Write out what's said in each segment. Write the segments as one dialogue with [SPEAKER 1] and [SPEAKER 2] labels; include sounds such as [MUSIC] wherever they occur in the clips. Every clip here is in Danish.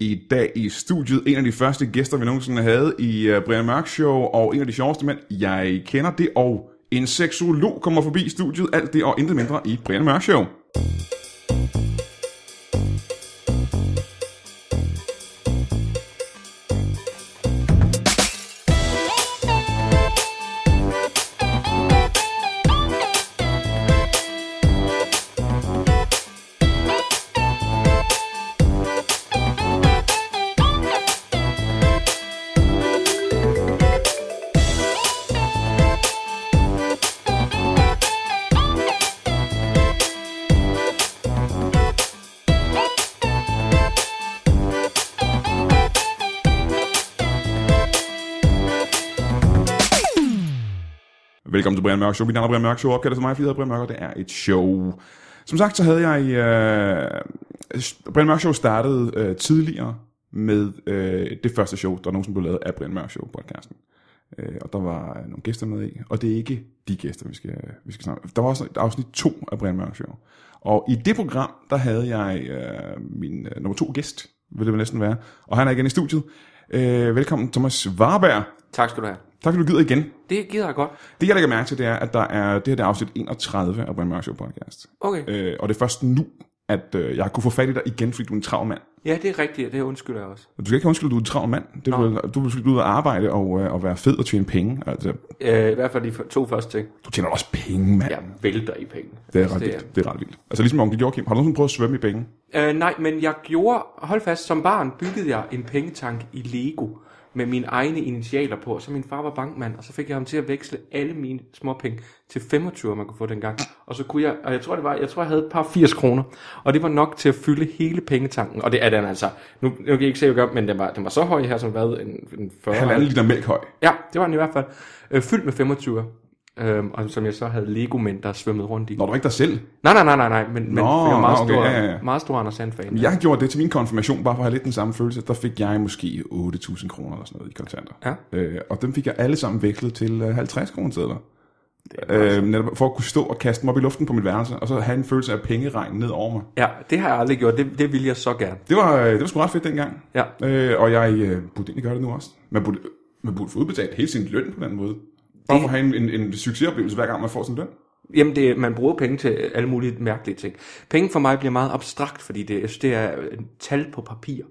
[SPEAKER 1] i dag i studiet. En af de første gæster, vi nogensinde havde i øh, Brian Mørk Show, og en af de sjoveste mænd, jeg kender det, og en seksolog kommer forbi studiet. Alt det og intet mindre i Brian Mørk Show. Velkommen til Brian Mørk Show. Mit navn er Brian Mørk Show. Opkaldet for mig, fordi jeg hedder Brian Mørk, og det er et show. Som sagt, så havde jeg... Øh, Brian Mørk Show startede øh, tidligere med øh, det første show, der nogensinde blev lavet af Brian Mørk Show podcasten. Øh, og der var nogle gæster med i, og det er ikke de gæster, vi skal, vi skal snakke om. Der var også et afsnit 2 af Brian Mørk Show. Og i det program, der havde jeg øh, min øh, nummer to gæst, vil det vel næsten være. Og han er igen i studiet. Øh, velkommen, Thomas Warberg.
[SPEAKER 2] Tak skal du have.
[SPEAKER 1] Tak fordi du gider igen.
[SPEAKER 2] Det gider jeg godt.
[SPEAKER 1] Det jeg lægger mærke til, det er, at der er, det her det er afsnit 31 af Brian Mørk Show podcast.
[SPEAKER 2] Okay. Øh.
[SPEAKER 1] Øh, og det er først nu, at øh, jeg har kunne få fat i dig igen, fordi du er en travl mand.
[SPEAKER 2] Ja, det er rigtigt, og det undskylder jeg også.
[SPEAKER 1] Og Du skal ikke undskylde, at du er en travl mand. Det er,
[SPEAKER 2] Nå.
[SPEAKER 1] vel- du er selvfølgelig ude at arbejde og, øh, og være fed og tjene penge. Altså,
[SPEAKER 2] Øh, I hvert fald de f- to første ting.
[SPEAKER 1] du tjener også penge, mand. Ja,
[SPEAKER 2] Jeg vælter i penge.
[SPEAKER 1] det er ret vildt. Det er ret vildt. Altså ligesom onkel Joachim. Har du nogensinde prøvet at svømme i penge?
[SPEAKER 2] Øh, nej, men jeg gjorde, hold fast, som barn byggede jeg en pengetank i Lego med mine egne initialer på, og så min far var bankmand, og så fik jeg ham til at veksle alle mine småpenge til 25, man kunne få dengang. Og så kunne jeg, og jeg tror, det var, jeg tror, jeg havde et par 80 kroner, og det var nok til at fylde hele pengetanken, og det er den altså, nu, nu kan jeg ikke se, hvad jeg gør, men den var, den var så høj her, som hvad, en, en 40
[SPEAKER 1] Halvanden liter mælk høj.
[SPEAKER 2] Ja, det var den i hvert fald. Øh, fyldt med 25. Øhm, og som jeg så havde Lego-mænd, der svømmede rundt i.
[SPEAKER 1] Når du ikke dig selv.
[SPEAKER 2] Nej, nej, nej, nej, nej, men, men
[SPEAKER 1] Nå,
[SPEAKER 2] jeg er meget,
[SPEAKER 1] nå, okay,
[SPEAKER 2] stor,
[SPEAKER 1] ja, ja, ja.
[SPEAKER 2] meget stor Anders Sand-fan.
[SPEAKER 1] Jeg gjorde det til min konfirmation, bare for at have lidt den samme følelse. Der fik jeg måske 8.000 kroner eller sådan noget i kontanter.
[SPEAKER 2] Ja.
[SPEAKER 1] Øh, og dem fik jeg alle sammen vekslet til øh, 50 kroner sædler. Øh, netop for at kunne stå og kaste mig op i luften på mit værelse, og så have en følelse af pengeregn ned over mig.
[SPEAKER 2] Ja, det har jeg aldrig gjort. Det, det ville jeg så gerne.
[SPEAKER 1] Det var, øh, det var sgu ret fedt dengang.
[SPEAKER 2] Ja.
[SPEAKER 1] Øh, og jeg øh, burde egentlig gøre det nu også. Man burde, man burde få udbetalt hele sin løn på den måde. Bare for at have en, en, en succesoplevelse, hver gang man får sin løn.
[SPEAKER 2] Jamen, det, man bruger penge til alle mulige mærkelige ting. Penge for mig bliver meget abstrakt, fordi det, jeg synes, det er øh, tal på papir.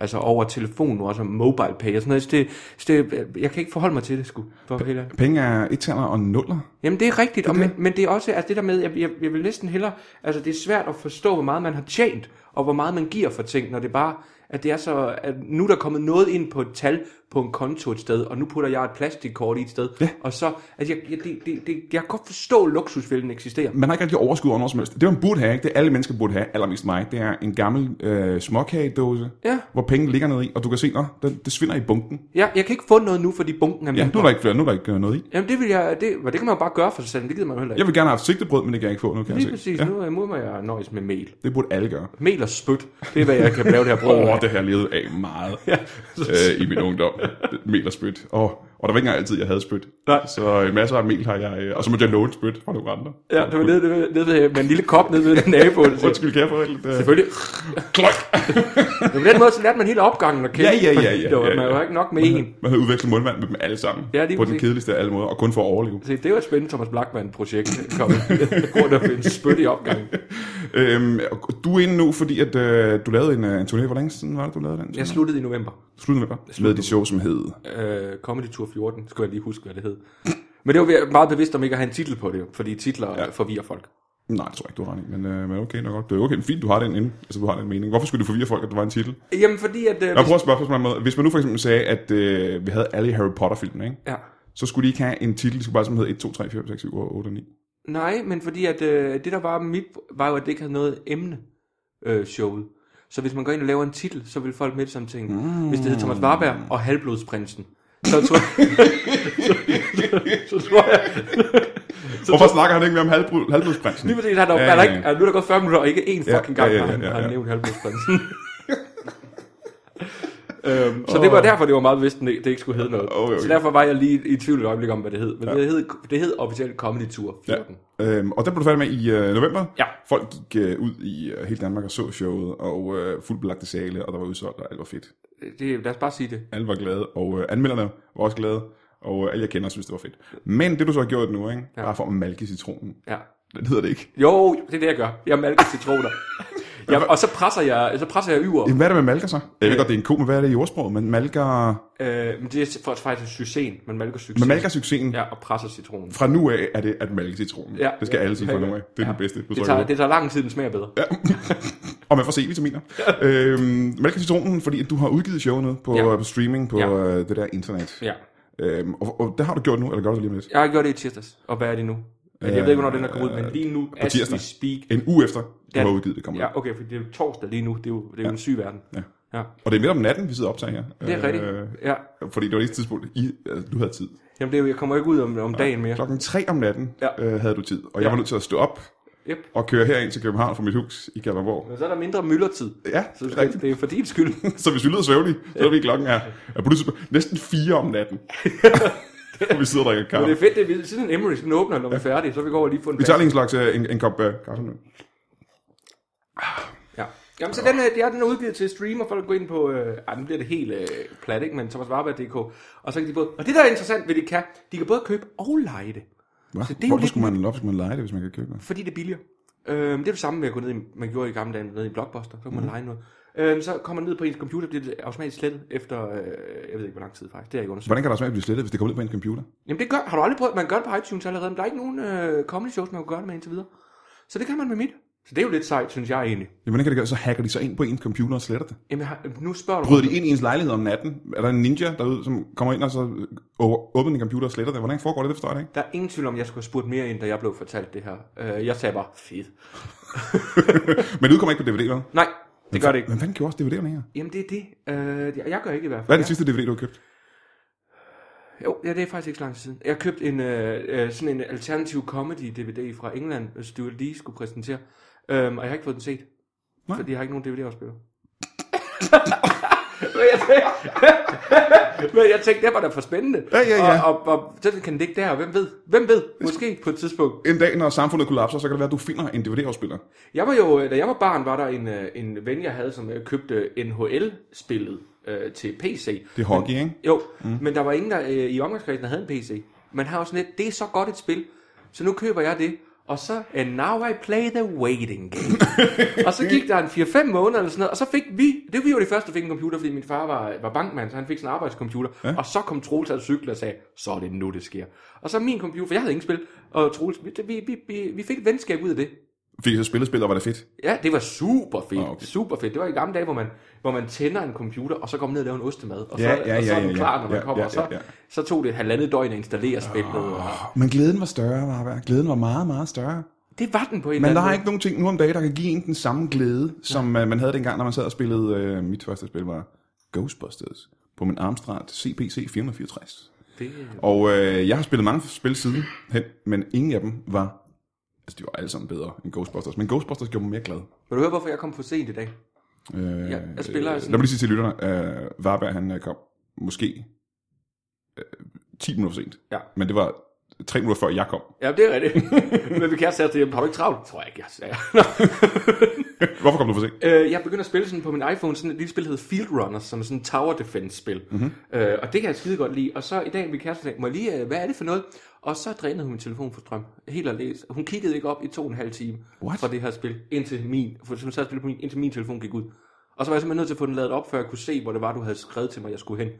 [SPEAKER 2] Altså over telefon nu, også mobile pay og sådan noget. Jeg, synes, det, det, øh, jeg kan ikke forholde mig til det, sgu. For at være helt ærlig.
[SPEAKER 1] Penge er ettaler og nuller.
[SPEAKER 2] Jamen det er rigtigt, og men, men det er også altså det der med, jeg, jeg, jeg vil næsten hellere, altså det er svært at forstå, hvor meget man har tjent, og hvor meget man giver for ting, når det bare, at det er så, at nu er der kommet noget ind på et tal på en konto et sted, og nu putter jeg et plastikkort i et sted, ja. og så, altså jeg, jeg, det, det, det, jeg kan godt forstå, at luksusfælden eksisterer.
[SPEAKER 1] Man har ikke rigtig overskud over noget som helst. Det man burde have, ikke? det alle mennesker burde have, allermest mig, det er en gammel øh, småkagedåse,
[SPEAKER 2] Ja.
[SPEAKER 1] hvor penge ligger ned i, og du kan se, at det, det svinder i bunken.
[SPEAKER 2] Jeg, jeg kan ikke få noget nu, fordi bunken er
[SPEAKER 1] Ja,
[SPEAKER 2] mindre.
[SPEAKER 1] nu er der ikke, flere- nu er der ikke øh, noget i.
[SPEAKER 2] Jamen det vil jeg, det, men det kan man jo bare gøre for sig selv, det gider man jo heller ikke.
[SPEAKER 1] Jeg vil gerne have haft sigtebrød, men det kan jeg ikke få nu, kan
[SPEAKER 2] Lige
[SPEAKER 1] jeg se.
[SPEAKER 2] præcis, ja. nu øh, må jeg nøjes med mel.
[SPEAKER 1] Det burde alle gøre.
[SPEAKER 2] Mel og spyt, det er hvad jeg kan lave det her brød.
[SPEAKER 1] Åh,
[SPEAKER 2] af.
[SPEAKER 1] oh, det har jeg levet af meget [LAUGHS] ja. øh, i min ungdom. Mel og spyt. Oh, og der var ikke engang altid, jeg havde spyt.
[SPEAKER 2] Nej.
[SPEAKER 1] Så øh, masser af mel har jeg. Øh, og så måtte jeg låne spyt fra nogle andre.
[SPEAKER 2] Ja, det var nede, nede, nede ved, med en lille kop nede [LAUGHS] ved naboen. Så,
[SPEAKER 1] Undskyld, kan jeg få lidt? Øh,
[SPEAKER 2] selvfølgelig.
[SPEAKER 1] klok!
[SPEAKER 2] Men på den måde, så lærte man hele opgangen at kende.
[SPEAKER 1] Ja, ja, ja,
[SPEAKER 2] fordi
[SPEAKER 1] ja,
[SPEAKER 2] det var,
[SPEAKER 1] ja, ja.
[SPEAKER 2] Man var ikke nok med en.
[SPEAKER 1] [LAUGHS] Man havde udvekslet mundvand med dem alle sammen.
[SPEAKER 2] Ja, lige
[SPEAKER 1] på den
[SPEAKER 2] præcis.
[SPEAKER 1] kedeligste af alle måder, og kun for at overleve.
[SPEAKER 2] Se, det var et spændende Thomas Blackman-projekt. Kom rundt og finde spyt i opgangen.
[SPEAKER 1] Øhm, og du er inde nu, fordi at, øh, du lavede en, øh, en turné. Hvor længe siden var det, du lavede den?
[SPEAKER 2] Jeg sluttede i november.
[SPEAKER 1] Sluttede med dig. Med det show, som hed...
[SPEAKER 2] Øh, Comedy Tour 14, skulle jeg lige huske, hvad det hed. Men det var jeg meget bevidst om ikke at have en titel på det, fordi titler ja. forvirrer folk.
[SPEAKER 1] Nej, det tror jeg ikke, du har ret i, men, øh, men okay, nok godt. Det er okay, fint, du har den inde. Altså, du har den mening. Hvorfor skulle du forvirre folk, at der var en titel?
[SPEAKER 2] Jamen fordi at... Øh,
[SPEAKER 1] Jeg prøver at spørge på sådan en måde. Hvis man nu for eksempel sagde, at øh, vi havde alle Harry Potter-filmene, ikke?
[SPEAKER 2] ja.
[SPEAKER 1] så skulle de ikke have en titel, de skulle bare som hedde 1, 2, 3, 4, 5, 6, 7, 8 og 9.
[SPEAKER 2] Nej, men fordi at øh, det der var mit, var jo, at det ikke havde noget emne øh, showet. Så hvis man går ind og laver en titel, så vil folk med det samme tænke, mm. hvis det hedder Thomas Warberg og Halvblodsprinsen, så tror jeg,
[SPEAKER 1] [LAUGHS]
[SPEAKER 2] så, så, så tror jeg,
[SPEAKER 1] Hvorfor snakker han ikke mere om halvbrud, halvbrudsprinsen?
[SPEAKER 2] lige præcis, han er, der,
[SPEAKER 1] Ja,
[SPEAKER 2] er
[SPEAKER 1] ja,
[SPEAKER 2] der ikke, er, nu er der gået 40 minutter, og ikke én
[SPEAKER 1] Ja,
[SPEAKER 2] fucking gang,
[SPEAKER 1] ja,
[SPEAKER 2] ja,
[SPEAKER 1] [LAUGHS] ja,
[SPEAKER 2] ja,
[SPEAKER 1] ja,
[SPEAKER 2] han
[SPEAKER 1] ja,
[SPEAKER 2] har
[SPEAKER 1] ja.
[SPEAKER 2] nævnt Halvblodsprinsen.
[SPEAKER 1] Øhm,
[SPEAKER 2] Så det var derfor, det var meget bevidst, at det ikke skulle hedde noget.
[SPEAKER 1] Åh, okay.
[SPEAKER 2] Så derfor var jeg lige i tvivl et øjeblik om, hvad det hed. Men det, hed, det hed officielt Comedy Tour 14.
[SPEAKER 1] Øhm, og der blev du færdig med i øh, november.
[SPEAKER 2] Ja.
[SPEAKER 1] Folk gik øh, ud i øh, hele Danmark og så showet, og øh, fuldbelagte sale, og der var udsolgt, og alt var fedt.
[SPEAKER 2] Det, lad os bare sige det.
[SPEAKER 1] Alle var glade, og øh, anmelderne var også glade, og øh, alle jeg kender synes, det var fedt. Men det du så har gjort nu, ikke? Ja. bare for at malke citronen,
[SPEAKER 2] Ja.
[SPEAKER 1] det hedder det ikke.
[SPEAKER 2] Jo, det er det, jeg gør. Jeg malker citroner. Jeg, og så presser jeg, så presser jeg yver.
[SPEAKER 1] Jamen, Hvad er det med malker så? Jeg ved godt, det er en ko, men hvad er det i ordsproget? Man malker,
[SPEAKER 2] Øh, men det er for- faktisk succesen. Man malker succesen.
[SPEAKER 1] man malker succesen. Ja.
[SPEAKER 2] Ja, og presser citronen.
[SPEAKER 1] Fra nu af er det at malke citronen.
[SPEAKER 2] Ja.
[SPEAKER 1] Det skal alle sige fra
[SPEAKER 2] Ja.
[SPEAKER 1] nu af. Det er ja. den bedste. Du
[SPEAKER 2] Det
[SPEAKER 1] trykker
[SPEAKER 2] tager,
[SPEAKER 1] på.
[SPEAKER 2] det tager lang tid, den smager bedre. Ja.
[SPEAKER 1] Og man får C-vitaminer. øhm, Malke Citronen, fordi at du har udgivet showet nu på, ja.
[SPEAKER 2] Ja.
[SPEAKER 1] på streaming på ja.
[SPEAKER 2] Ja.
[SPEAKER 1] øh, det der internet.
[SPEAKER 2] ja.
[SPEAKER 1] Øhm, og, og det har du gjort nu, eller gør du det lige om lidt?
[SPEAKER 2] Jeg har gjort det i tirsdags. Og hvad er det nu? Jeg ved ikke, hvornår den er kommet ud, men lige nu, as
[SPEAKER 1] Øh, tirsdag.
[SPEAKER 2] we speak.
[SPEAKER 1] En uge efter, du
[SPEAKER 2] Ja.
[SPEAKER 1] har udgivet det, kommer ja.
[SPEAKER 2] Ja, okay, for det er jo torsdag lige nu. Det er jo, det er jo en syg verden.
[SPEAKER 1] Ja.
[SPEAKER 2] ja.
[SPEAKER 1] Og det er midt om natten, vi sidder og optager her.
[SPEAKER 2] Det er rigtigt.
[SPEAKER 1] Øh.
[SPEAKER 2] Ja.
[SPEAKER 1] Fordi det var det tidspunkt, I, altså, du havde tid.
[SPEAKER 2] Jamen, det er, jo- jeg kommer ikke ud om, om dagen mere.
[SPEAKER 1] Klokken 3 om natten ja.
[SPEAKER 2] Ja.
[SPEAKER 1] øh, havde du tid, og jeg var nødt til at stå op
[SPEAKER 2] Yep.
[SPEAKER 1] og køre herind til København fra mit hus i Kalderborg.
[SPEAKER 2] Men så er der mindre myldertid.
[SPEAKER 1] Ja,
[SPEAKER 2] Så
[SPEAKER 1] Øh, det
[SPEAKER 2] det
[SPEAKER 1] er rigtigt.
[SPEAKER 2] er, det er for din skyld.
[SPEAKER 1] Så hvis vi lyder søvnige, så ved vi, at klokken er, er på det, næsten 4 om
[SPEAKER 2] [LAUGHS]
[SPEAKER 1] natten. og vi sidder og drikker
[SPEAKER 2] Men
[SPEAKER 1] kaffe.
[SPEAKER 2] [LAUGHS] det er fedt, det er, vi- siden Emmerys den åbner, når vi er færdige, så vi går over og lige få en
[SPEAKER 1] Vi tager lige en slags øh, en, en kop øh, kaffe nu.
[SPEAKER 2] Ja. Jamen, så den, øh, det er, den er udgivet til stream, og folk går ind på, øh, ej, nu bliver det helt øh, plat, ikke? men thomasvarberg.dk, og så kan de både, og det der er interessant ved det kan, de kan både købe og lege det,
[SPEAKER 1] Hva?
[SPEAKER 2] Så det er jo
[SPEAKER 1] Hvorfor
[SPEAKER 2] lidt-
[SPEAKER 1] skulle man, hvorfor skulle man lege det, hvis man kan købe det?
[SPEAKER 2] fordi det er billigere. Øh, det er det samme med at gå ned i, man gjorde i gamle dage, ned i Blockbuster, så kan man
[SPEAKER 1] Mhm.
[SPEAKER 2] lege noget. Øh, så kommer man ned på ens computer, bliver det automatisk slettet efter, øh, jeg ved ikke hvor lang tid faktisk, det er jeg ikke undersøgt.
[SPEAKER 1] Hvordan kan der smagen blive slettet, hvis det kommer ud på en computer?
[SPEAKER 2] Jamen det gør, har du aldrig prøvet, man gør det på iTunes allerede, men der er ikke nogen øh, comedy shows, man kan gøre det med indtil videre. Så det kan man med mit. Så det er jo lidt sejt, synes jeg egentlig.
[SPEAKER 1] Jamen, hvordan kan det gøre? Så hacker de sig ind på ens computer og sletter det.
[SPEAKER 2] Jamen har- nu spørger du,
[SPEAKER 1] Bryder de ind i ens lejlighed om natten? Er der en ninja derude, som kommer ind og så over- åbner en computer og sletter det? Hvordan foregår det? Det forstår jeg da ikke. [LAUGHS]
[SPEAKER 2] der er ingen tvivl om, at jeg skulle have spurgt mere ind, da jeg blev fortalt det her. Øh, jeg sagde bare, fedt.
[SPEAKER 1] Men det udkommer ikke på DVD, vel?
[SPEAKER 2] Nej, det gør det ikke.
[SPEAKER 1] Men hvordan gjorde også DVD'erne her?
[SPEAKER 2] Jamen det er det. Øh, jeg- jeg gør ikke i
[SPEAKER 1] Hvad
[SPEAKER 2] hvert
[SPEAKER 1] er
[SPEAKER 2] fald.
[SPEAKER 1] den sidste DVD, du har købt?
[SPEAKER 2] Jeg, jo, ja, det er faktisk ikke så lang tid siden. Jeg købte en, øh, øh, sådan en alternativ comedy-DVD fra England, øh, Stuart Lee skulle præsentere. Øhm, og jeg har ikke fået den set.
[SPEAKER 1] Nej.
[SPEAKER 2] Nej. Fordi jeg har ikke nogen
[SPEAKER 1] [LAUGHS]
[SPEAKER 2] DVD-afspiller. men, jeg tænkte, [LAUGHS] men jeg tænkte, det var da for spændende.
[SPEAKER 1] Ja, ja, ja.
[SPEAKER 2] Og, og, og så kan den ligge der, og hvem ved? Hvem ved? Måske på et tidspunkt.
[SPEAKER 1] En dag, når samfundet kollapser, så kan det være, at du finder en DVD-afspiller.
[SPEAKER 2] Jeg var jo, øh, da jeg var barn, var der en, øh, en ven, jeg havde, som øh, købte NHL-spillet øh, til PC.
[SPEAKER 1] Det er hockey, ikke?
[SPEAKER 2] Jo, mm. men der var ingen der, øh, i omgangskredsen, der havde en PC. Man har jo sådan lidt, det er så godt et spil, så nu køber jeg det. Og så, and now I play the waiting game. [LAUGHS] og så gik der en 4-5 måneder eller sådan noget, og så fik vi, det var vi jo de første, der fik en computer, fordi min far var, var bankmand, så han fik sådan en arbejdscomputer. Ja. Og så kom Troels af cykle og sagde, så er det nu, det sker. Og så min computer, for jeg havde ingen spil, og Troels, vi, vi, vi, vi, vi fik et venskab ud af det.
[SPEAKER 1] Fik jeg så spillet spil, og var det fedt.
[SPEAKER 2] Ja, det var super fedt.
[SPEAKER 1] Ah, okay.
[SPEAKER 2] Okay. Super fedt. Det var i gamle dage, hvor man, hvor man tænder en computer, og så går man ned og laver en ostemad. Og
[SPEAKER 1] Ja,
[SPEAKER 2] så,
[SPEAKER 1] ja,
[SPEAKER 2] og så
[SPEAKER 1] ja,
[SPEAKER 2] er den
[SPEAKER 1] ja,
[SPEAKER 2] klar,
[SPEAKER 1] ja.
[SPEAKER 2] når man
[SPEAKER 1] Ja,
[SPEAKER 2] kommer.
[SPEAKER 1] ja,
[SPEAKER 2] og så,
[SPEAKER 1] ja, Ah. ja.
[SPEAKER 2] så tog det et halvandet døgn at installere spillet. Oh.
[SPEAKER 1] Men glæden var større, var Den var meget, meget større.
[SPEAKER 2] Det var den på en
[SPEAKER 1] Men
[SPEAKER 2] eller
[SPEAKER 1] der er
[SPEAKER 2] anden
[SPEAKER 1] ikke nogen ting nu om dagen, der kan give en den samme glæde, som øh, man havde dengang, når man sad og spillede... Øh, mit første spil var Ghostbusters på min Amstrad CPC 464.
[SPEAKER 2] måde. Det,
[SPEAKER 1] Og øh, jeg har spillet mange spil siden hen, men ingen af dem var... Altså, de var alle sammen bedre end Ghostbusters, men Ghostbusters gjorde mig mere glad.
[SPEAKER 2] vil du høre, hvorfor jeg kom for sent i dag?
[SPEAKER 1] Øh,
[SPEAKER 2] Ja, jeg spiller
[SPEAKER 1] øh,
[SPEAKER 2] sådan-
[SPEAKER 1] Lad mig lige sige til lytterne, øh, Varberg han øh, kom måske øh, 10 minutter for sent.
[SPEAKER 2] Ja.
[SPEAKER 1] Men det var 3 minutter før jeg kom.
[SPEAKER 2] Ja, det er rigtigt. [LAUGHS] Men vi kan sætte til, har du ikke travlt? Tror jeg ikke, jeg sagde. [LAUGHS] Nå.
[SPEAKER 1] Hvorfor kom du for sent?
[SPEAKER 2] Øh, jeg begynder at spille sådan på min iPhone sådan et lille spil, der hedder Field Runners, som er sådan et tower defense spil. Mm-hmm. Øh, og det kan jeg skide godt lide. Og så i dag, min kæreste sagde, må jeg lige, øh, hvad er det for noget? Og så drænede hun min telefon for strøm. Helt alene. Hun kiggede ikke op i to og en halv time
[SPEAKER 1] What?
[SPEAKER 2] fra det her spil, indtil min, for hun sad og spillede på min, indtil min telefon gik ud. Og så var jeg simpelthen nødt til at få den lavet op, før jeg kunne se, hvor det var, du havde skrevet til mig, jeg skulle hen.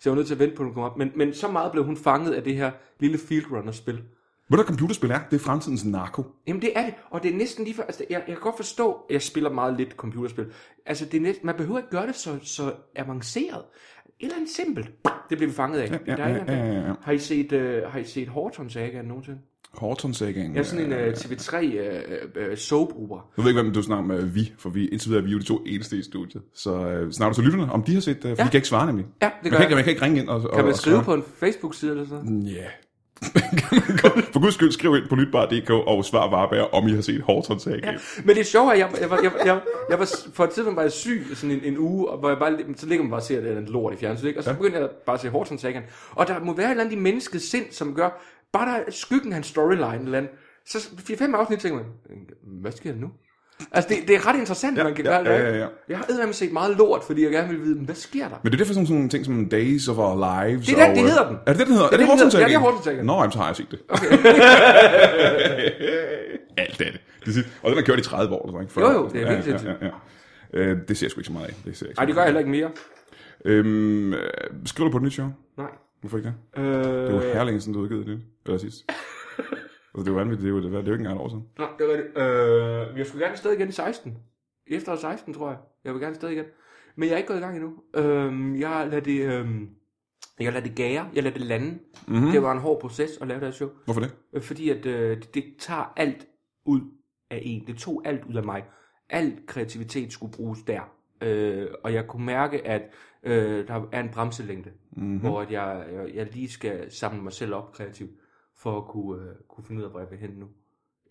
[SPEAKER 2] Så jeg var nødt til at vente på, at hun kom op. Men, men så meget blev hun fanget af det her lille Field Runners spil.
[SPEAKER 1] Ved du, hvad computerspil er? Det er fremtidens narko.
[SPEAKER 2] Jamen det er det, og det er næsten lige for, altså jeg, jeg kan godt forstå, at jeg spiller meget lidt computerspil. Altså det er næsten, man behøver ikke gøre det så, så avanceret. Et eller andet simpelt. Det bliver vi fanget af.
[SPEAKER 1] ja,
[SPEAKER 2] Der er
[SPEAKER 1] ja,
[SPEAKER 2] ikke andet.
[SPEAKER 1] ja, ja, ja.
[SPEAKER 2] Har I set, øh, har I set Horton Saga nogensinde?
[SPEAKER 1] Horton Sagan.
[SPEAKER 2] Jeg er sådan en øh, TV3 øh, øh, soap-opera.
[SPEAKER 1] Jeg ved ikke, hvem du snakker med øh, vi, for vi, indtil videre er vi jo de to eneste i studiet. Så øh, snakker du til lytterne, om de har set, øh, for ja. de kan ikke svare nemlig.
[SPEAKER 2] Ja, det
[SPEAKER 1] man,
[SPEAKER 2] gør
[SPEAKER 1] kan ikke,
[SPEAKER 2] jeg.
[SPEAKER 1] man kan ikke ringe ind og, og
[SPEAKER 2] Kan man
[SPEAKER 1] og
[SPEAKER 2] skrive
[SPEAKER 1] svare.
[SPEAKER 2] på en Facebook-side eller sådan noget?
[SPEAKER 1] Ja, [LAUGHS] For guds skyld, skriv ind på lytbar.dk og svar Varberg, om I har set Hortons AG. Ja.
[SPEAKER 2] [LAUGHS] Men det sjove er, at jeg, jeg, var, jeg, jeg, jeg var, for et tidspunkt var jeg syg i sådan en, en uge, og hvor jeg bare, så ligger man bare og ser det den lort i fjernsynet, ikke? og så ja. begyndte jeg bare at se Hortons Sagan. Og der må være et eller andet i menneskets sind, som gør, bare der er skyggen af hans storyline, eller andet, så 4-5 afsnit tænker man, hvad sker der nu? Altså, det, det er ret interessant, ja, man kan
[SPEAKER 1] ja,
[SPEAKER 2] gøre det.
[SPEAKER 1] ja,
[SPEAKER 2] ikke?
[SPEAKER 1] ja, ja.
[SPEAKER 2] Jeg har eddermame set meget lort, fordi jeg gerne vil vide, hvad sker der?
[SPEAKER 1] Men det er derfor sådan nogle ting som Days of Our Lives.
[SPEAKER 2] Det er den,
[SPEAKER 1] og,
[SPEAKER 2] det
[SPEAKER 1] øh,
[SPEAKER 2] hedder den.
[SPEAKER 1] Er det det, den hedder?
[SPEAKER 2] Det er
[SPEAKER 1] er det,
[SPEAKER 2] den, den
[SPEAKER 1] Hortons
[SPEAKER 2] hedder.
[SPEAKER 1] AG?
[SPEAKER 2] Ja, det er Hortons AG.
[SPEAKER 1] Nå, jamen, så har jeg set det. Okay. [LAUGHS] Alt er det. det siger, og den har kørt i 30 år, eller ikke? 40
[SPEAKER 2] Jo, jo,
[SPEAKER 1] år.
[SPEAKER 2] det er
[SPEAKER 1] ja,
[SPEAKER 2] virkelig
[SPEAKER 1] ja, ja, ja. Øh, det ser jeg sgu ikke så meget af. Det ser jeg ikke
[SPEAKER 2] Nej, det gør jeg heller ikke mere.
[SPEAKER 1] Øhm, øh, skriver du på et nyt show?
[SPEAKER 2] Nej.
[SPEAKER 1] Hvorfor ikke det?
[SPEAKER 2] Øh,
[SPEAKER 1] Det var herlingen, siden du udgivet det. Eller
[SPEAKER 2] [LAUGHS]
[SPEAKER 1] sidst. altså, det er jo vanvittigt. Det er jo, det er jo ikke engang et år siden.
[SPEAKER 2] Nå, det var det. Øh, jeg skulle gerne afsted igen i 16. I Efteråret 16, tror jeg. Jeg vil gerne afsted igen. Men jeg er ikke gået i gang endnu. Øh, jeg lader det... Øh, jeg lader det gære. Jeg lader det lande. Mm-hmm.
[SPEAKER 1] Mm.
[SPEAKER 2] Det var en hård proces at lave det her show.
[SPEAKER 1] Hvorfor det?
[SPEAKER 2] Øh, Fordi at øh, det, det tager alt ud af en. Det tog alt ud af mig. Al kreativitet skulle bruges der. Øh, og jeg kunne mærke, at øh, der er en bremselængde, mm-hmm.
[SPEAKER 1] Mhm.
[SPEAKER 2] hvor at jeg, jeg, jeg lige skal samle mig selv op kreativt, for at kunne, øh, kunne finde ud af, hvor jeg vil hen nu.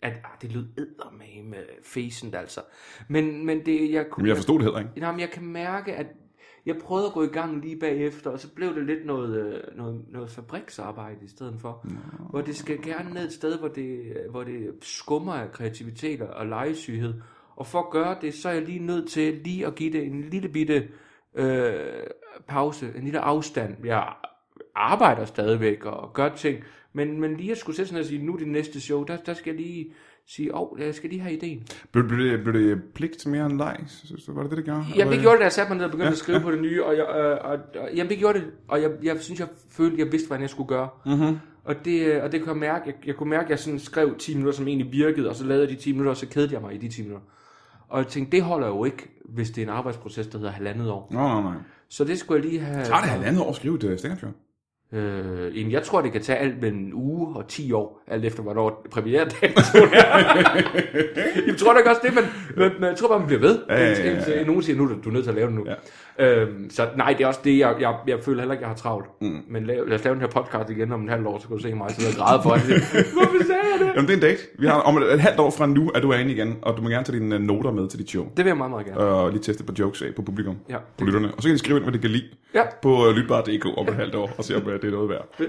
[SPEAKER 2] At, ah, det lød eddermame fæsent altså. Men, men det, jeg kunne...
[SPEAKER 1] Jamen, jeg forstod det heller ikke.
[SPEAKER 2] Nej, men jeg kan mærke, at jeg prøvede at gå i gang lige bagefter, og så blev det lidt noget, øh, noget, noget fabriksarbejde i stedet for. Nå. Hvor det skal gerne ned et sted, hvor det, øh, hvor det skummer af kreativitet og- og legesyghed. Og for at gøre det, så er jeg lige nødt til lige at give det en lille bitte øh, pause, en lille afstand. Jeg arbejder stadigvæk og gør ting, men, men lige at skulle sætte sig ned og sige, nu er det næste show, der, der skal jeg lige sige, åh, oh, jeg skal lige have ideen.
[SPEAKER 1] Blev, blev, det, blev det pligt mere end leg? Så, var det det, det gjorde?
[SPEAKER 2] Jamen
[SPEAKER 1] Eller-
[SPEAKER 2] det gjorde det, da jeg satte mig ned og begyndte ja, at skrive ja. på det nye, og, jeg, øh, og, og jamen det gjorde det, og jeg, jeg synes, jeg følte, jeg vidste, hvordan jeg skulle gøre. Mm-hmm. Og, det, øh, og det kunne jeg mærke, jeg, jeg kunne mærke, at jeg sådan skrev 10 minutter, som egentlig virkede, og så lavede jeg de 10 minutter, og så kedede jeg mig i de 10 minutter. Og jeg tænkte, det holder jo ikke, hvis det er en arbejdsproces, der hedder halvandet år.
[SPEAKER 1] Nå, nej, nej.
[SPEAKER 2] Så det skulle jeg lige have...
[SPEAKER 1] Har det halvandet år at skrive et stand show?
[SPEAKER 2] Øh, jamen, jeg tror, det kan tage alt mellem en uge og 10 år, alt efter hvornår premieredagen
[SPEAKER 1] [LAUGHS]
[SPEAKER 2] er. jeg tror da ikke også det, men, men, men jeg tror bare, man bliver ved.
[SPEAKER 1] Ja, ja, ja,
[SPEAKER 2] indtil-
[SPEAKER 1] ja.
[SPEAKER 2] indtil Nogen siger, nu er du- du er nødt til at lave det nu. Ja. Øhm, så nej, det er også det, jeg, jeg, jeg føler heller ikke, jeg har travlt. Mm. Men lav, lad os lave den her podcast igen om en halv år, så kan du se mig sidde og
[SPEAKER 1] [LAUGHS]
[SPEAKER 2] græde for det. Hvorfor sagde jeg det?
[SPEAKER 1] Jamen, det er en date. Vi har, om et, et halvt år fra nu er du herinde igen, og du må gerne tage dine øh, noter med til dit show.
[SPEAKER 2] Det vil jeg meget, meget gerne.
[SPEAKER 1] Og lige teste på jokes af på publikum.
[SPEAKER 2] Ja.
[SPEAKER 1] På lytterne. Og så kan I skrive ind, hvad det kan lide
[SPEAKER 2] Ja.
[SPEAKER 1] på øh, lytbar.dk om et halvt år, og se, om øh, det er noget værd.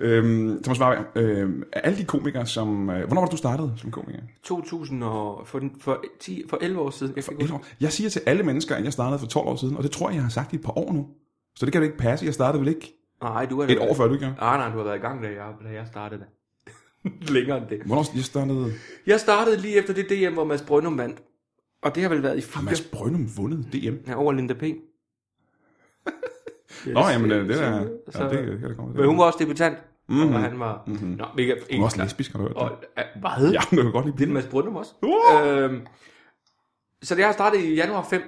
[SPEAKER 1] Øhm, Thomas Warberg, øh, er alle de komikere, som... Øh, hvornår var det, du startede som komiker?
[SPEAKER 2] 2000 og for, den- for, 10, for 11 år siden. Jeg for
[SPEAKER 1] Et år. Jeg siger til alle mennesker, at jeg startede for 12 år siden, og det tror jeg, jeg har sagt i et par år nu. Så det kan det ikke passe. Jeg startede vel ikke
[SPEAKER 2] Nej, du har
[SPEAKER 1] et år før, du gjorde.
[SPEAKER 2] Nej, nej, du har været i gang, da jeg, da jeg startede [LAUGHS] det. Længere end det.
[SPEAKER 1] Hvornår jeg startede...
[SPEAKER 2] Jeg startede lige efter det DM, hvor Mads Brøndum vandt. Og det har vel været i
[SPEAKER 1] Har
[SPEAKER 2] fire
[SPEAKER 1] Mads Brønum vundet DM?
[SPEAKER 2] ja, over Linda P.
[SPEAKER 1] [LAUGHS] Nå, jamen, øh, det er...
[SPEAKER 2] Så-
[SPEAKER 1] Ja, det kan det komme.
[SPEAKER 2] Men hun var også debutant, mm-hmm. og han var... Mm-hmm. Nå, mega,
[SPEAKER 1] hun var også lesbisk, har du hørt det?
[SPEAKER 2] og, øh, hvad?
[SPEAKER 1] Ja,
[SPEAKER 2] Ja.
[SPEAKER 1] men jeg kan godt lide
[SPEAKER 2] Det er Mads Brøndum også.
[SPEAKER 1] Uh!
[SPEAKER 2] Øhm, så det har startet i januar 5.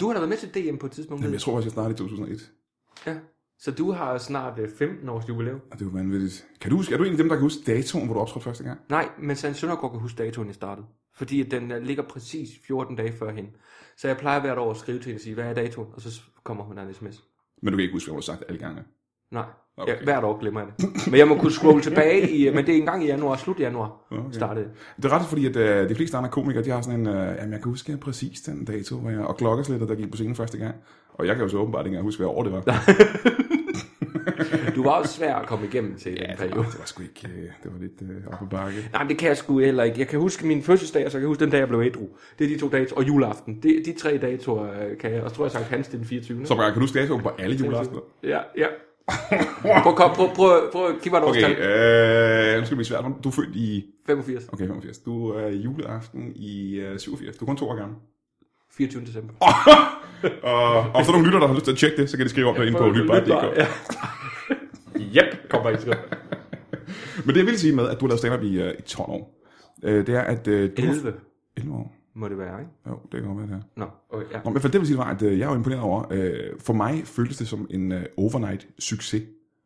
[SPEAKER 2] Du har da været med til DM på et tidspunkt.
[SPEAKER 1] Jamen,
[SPEAKER 2] ved
[SPEAKER 1] jeg tror faktisk, jeg startede i 2001.
[SPEAKER 2] jeg. Ja. Så du har snart øh, 15 års jubilæum.
[SPEAKER 1] Og det var vanvittigt. Kan du huske, er du en af dem, der kan huske datoen, hvor du optrådte første gang?
[SPEAKER 2] Nej, men Sand Søndergaard kan huske datoen, jeg startede. Fordi at den øh, ligger præcis 14 dage før hende. Så jeg plejer hvert år at skrive til hende og sige, hvad er datoen? Og så s- kommer hun der en sms.
[SPEAKER 1] Men du kan ikke huske, hvad du har sagt alle gange.
[SPEAKER 2] Nej, okay.
[SPEAKER 1] Okay.
[SPEAKER 2] jeg, hvert år glemmer jeg det. Men jeg må kunne scrolle tilbage, i, øh, men det er en gang i januar, slut januar okay. startede. det.
[SPEAKER 1] Det er ret, fordi at, øh, de fleste andre komikere, de har sådan en, øh, jamen jeg kan huske præcis den dato, hvor jeg, og klokkeslætter, der gik på scenen første gang. Og jeg kan jo så åbenbart ikke engang huske, hvad år det var.
[SPEAKER 2] Du var også svær at komme igennem til ja, den
[SPEAKER 1] det
[SPEAKER 2] periode.
[SPEAKER 1] var, det var sgu ikke, øh, det var lidt øh, op ad bakke.
[SPEAKER 2] Nej, men det kan jeg sgu heller ikke. Jeg kan huske min fødselsdag, og så kan jeg huske den dag, jeg blev ædru. Det er de to datoer, og juleaften. Det, de tre datoer øh, kan jeg, og så tror jeg, Sankt Hans det er den 24.
[SPEAKER 1] Så kan du huske datoen på alle juleaftener?
[SPEAKER 2] Ja, ja. Prøv, prøv, prøv, prøv, prøv at kigge mig et
[SPEAKER 1] Okay,
[SPEAKER 2] årstal.
[SPEAKER 1] øh, nu skal det blive svært. Du er født i,
[SPEAKER 2] 85.
[SPEAKER 1] okay, 85. Du er juleaften i øh, 87. Du er kun to år gammel.
[SPEAKER 2] 24. december.
[SPEAKER 1] Og, og så er nogle lytter, der har lyst til at tjekke det, så kan de skrive om det inde på lytbar.dk.
[SPEAKER 2] Ja. Jep, kommer ikke skridt.
[SPEAKER 1] [LAUGHS] Men det, jeg vil sige med, at du har lavet stand-up i, øh, i 12 år, øh, det er, at øh, du...
[SPEAKER 2] 11
[SPEAKER 1] 11 år?
[SPEAKER 2] må det være, ikke?
[SPEAKER 1] Jo, det kan godt være, det er.
[SPEAKER 2] Nå, okay, ja.
[SPEAKER 1] Nå, men i hvert fald, det vil sige, det var, at øh, jeg er jo imponeret over. Øh, for mig føltes det som en øh, overnight-succes.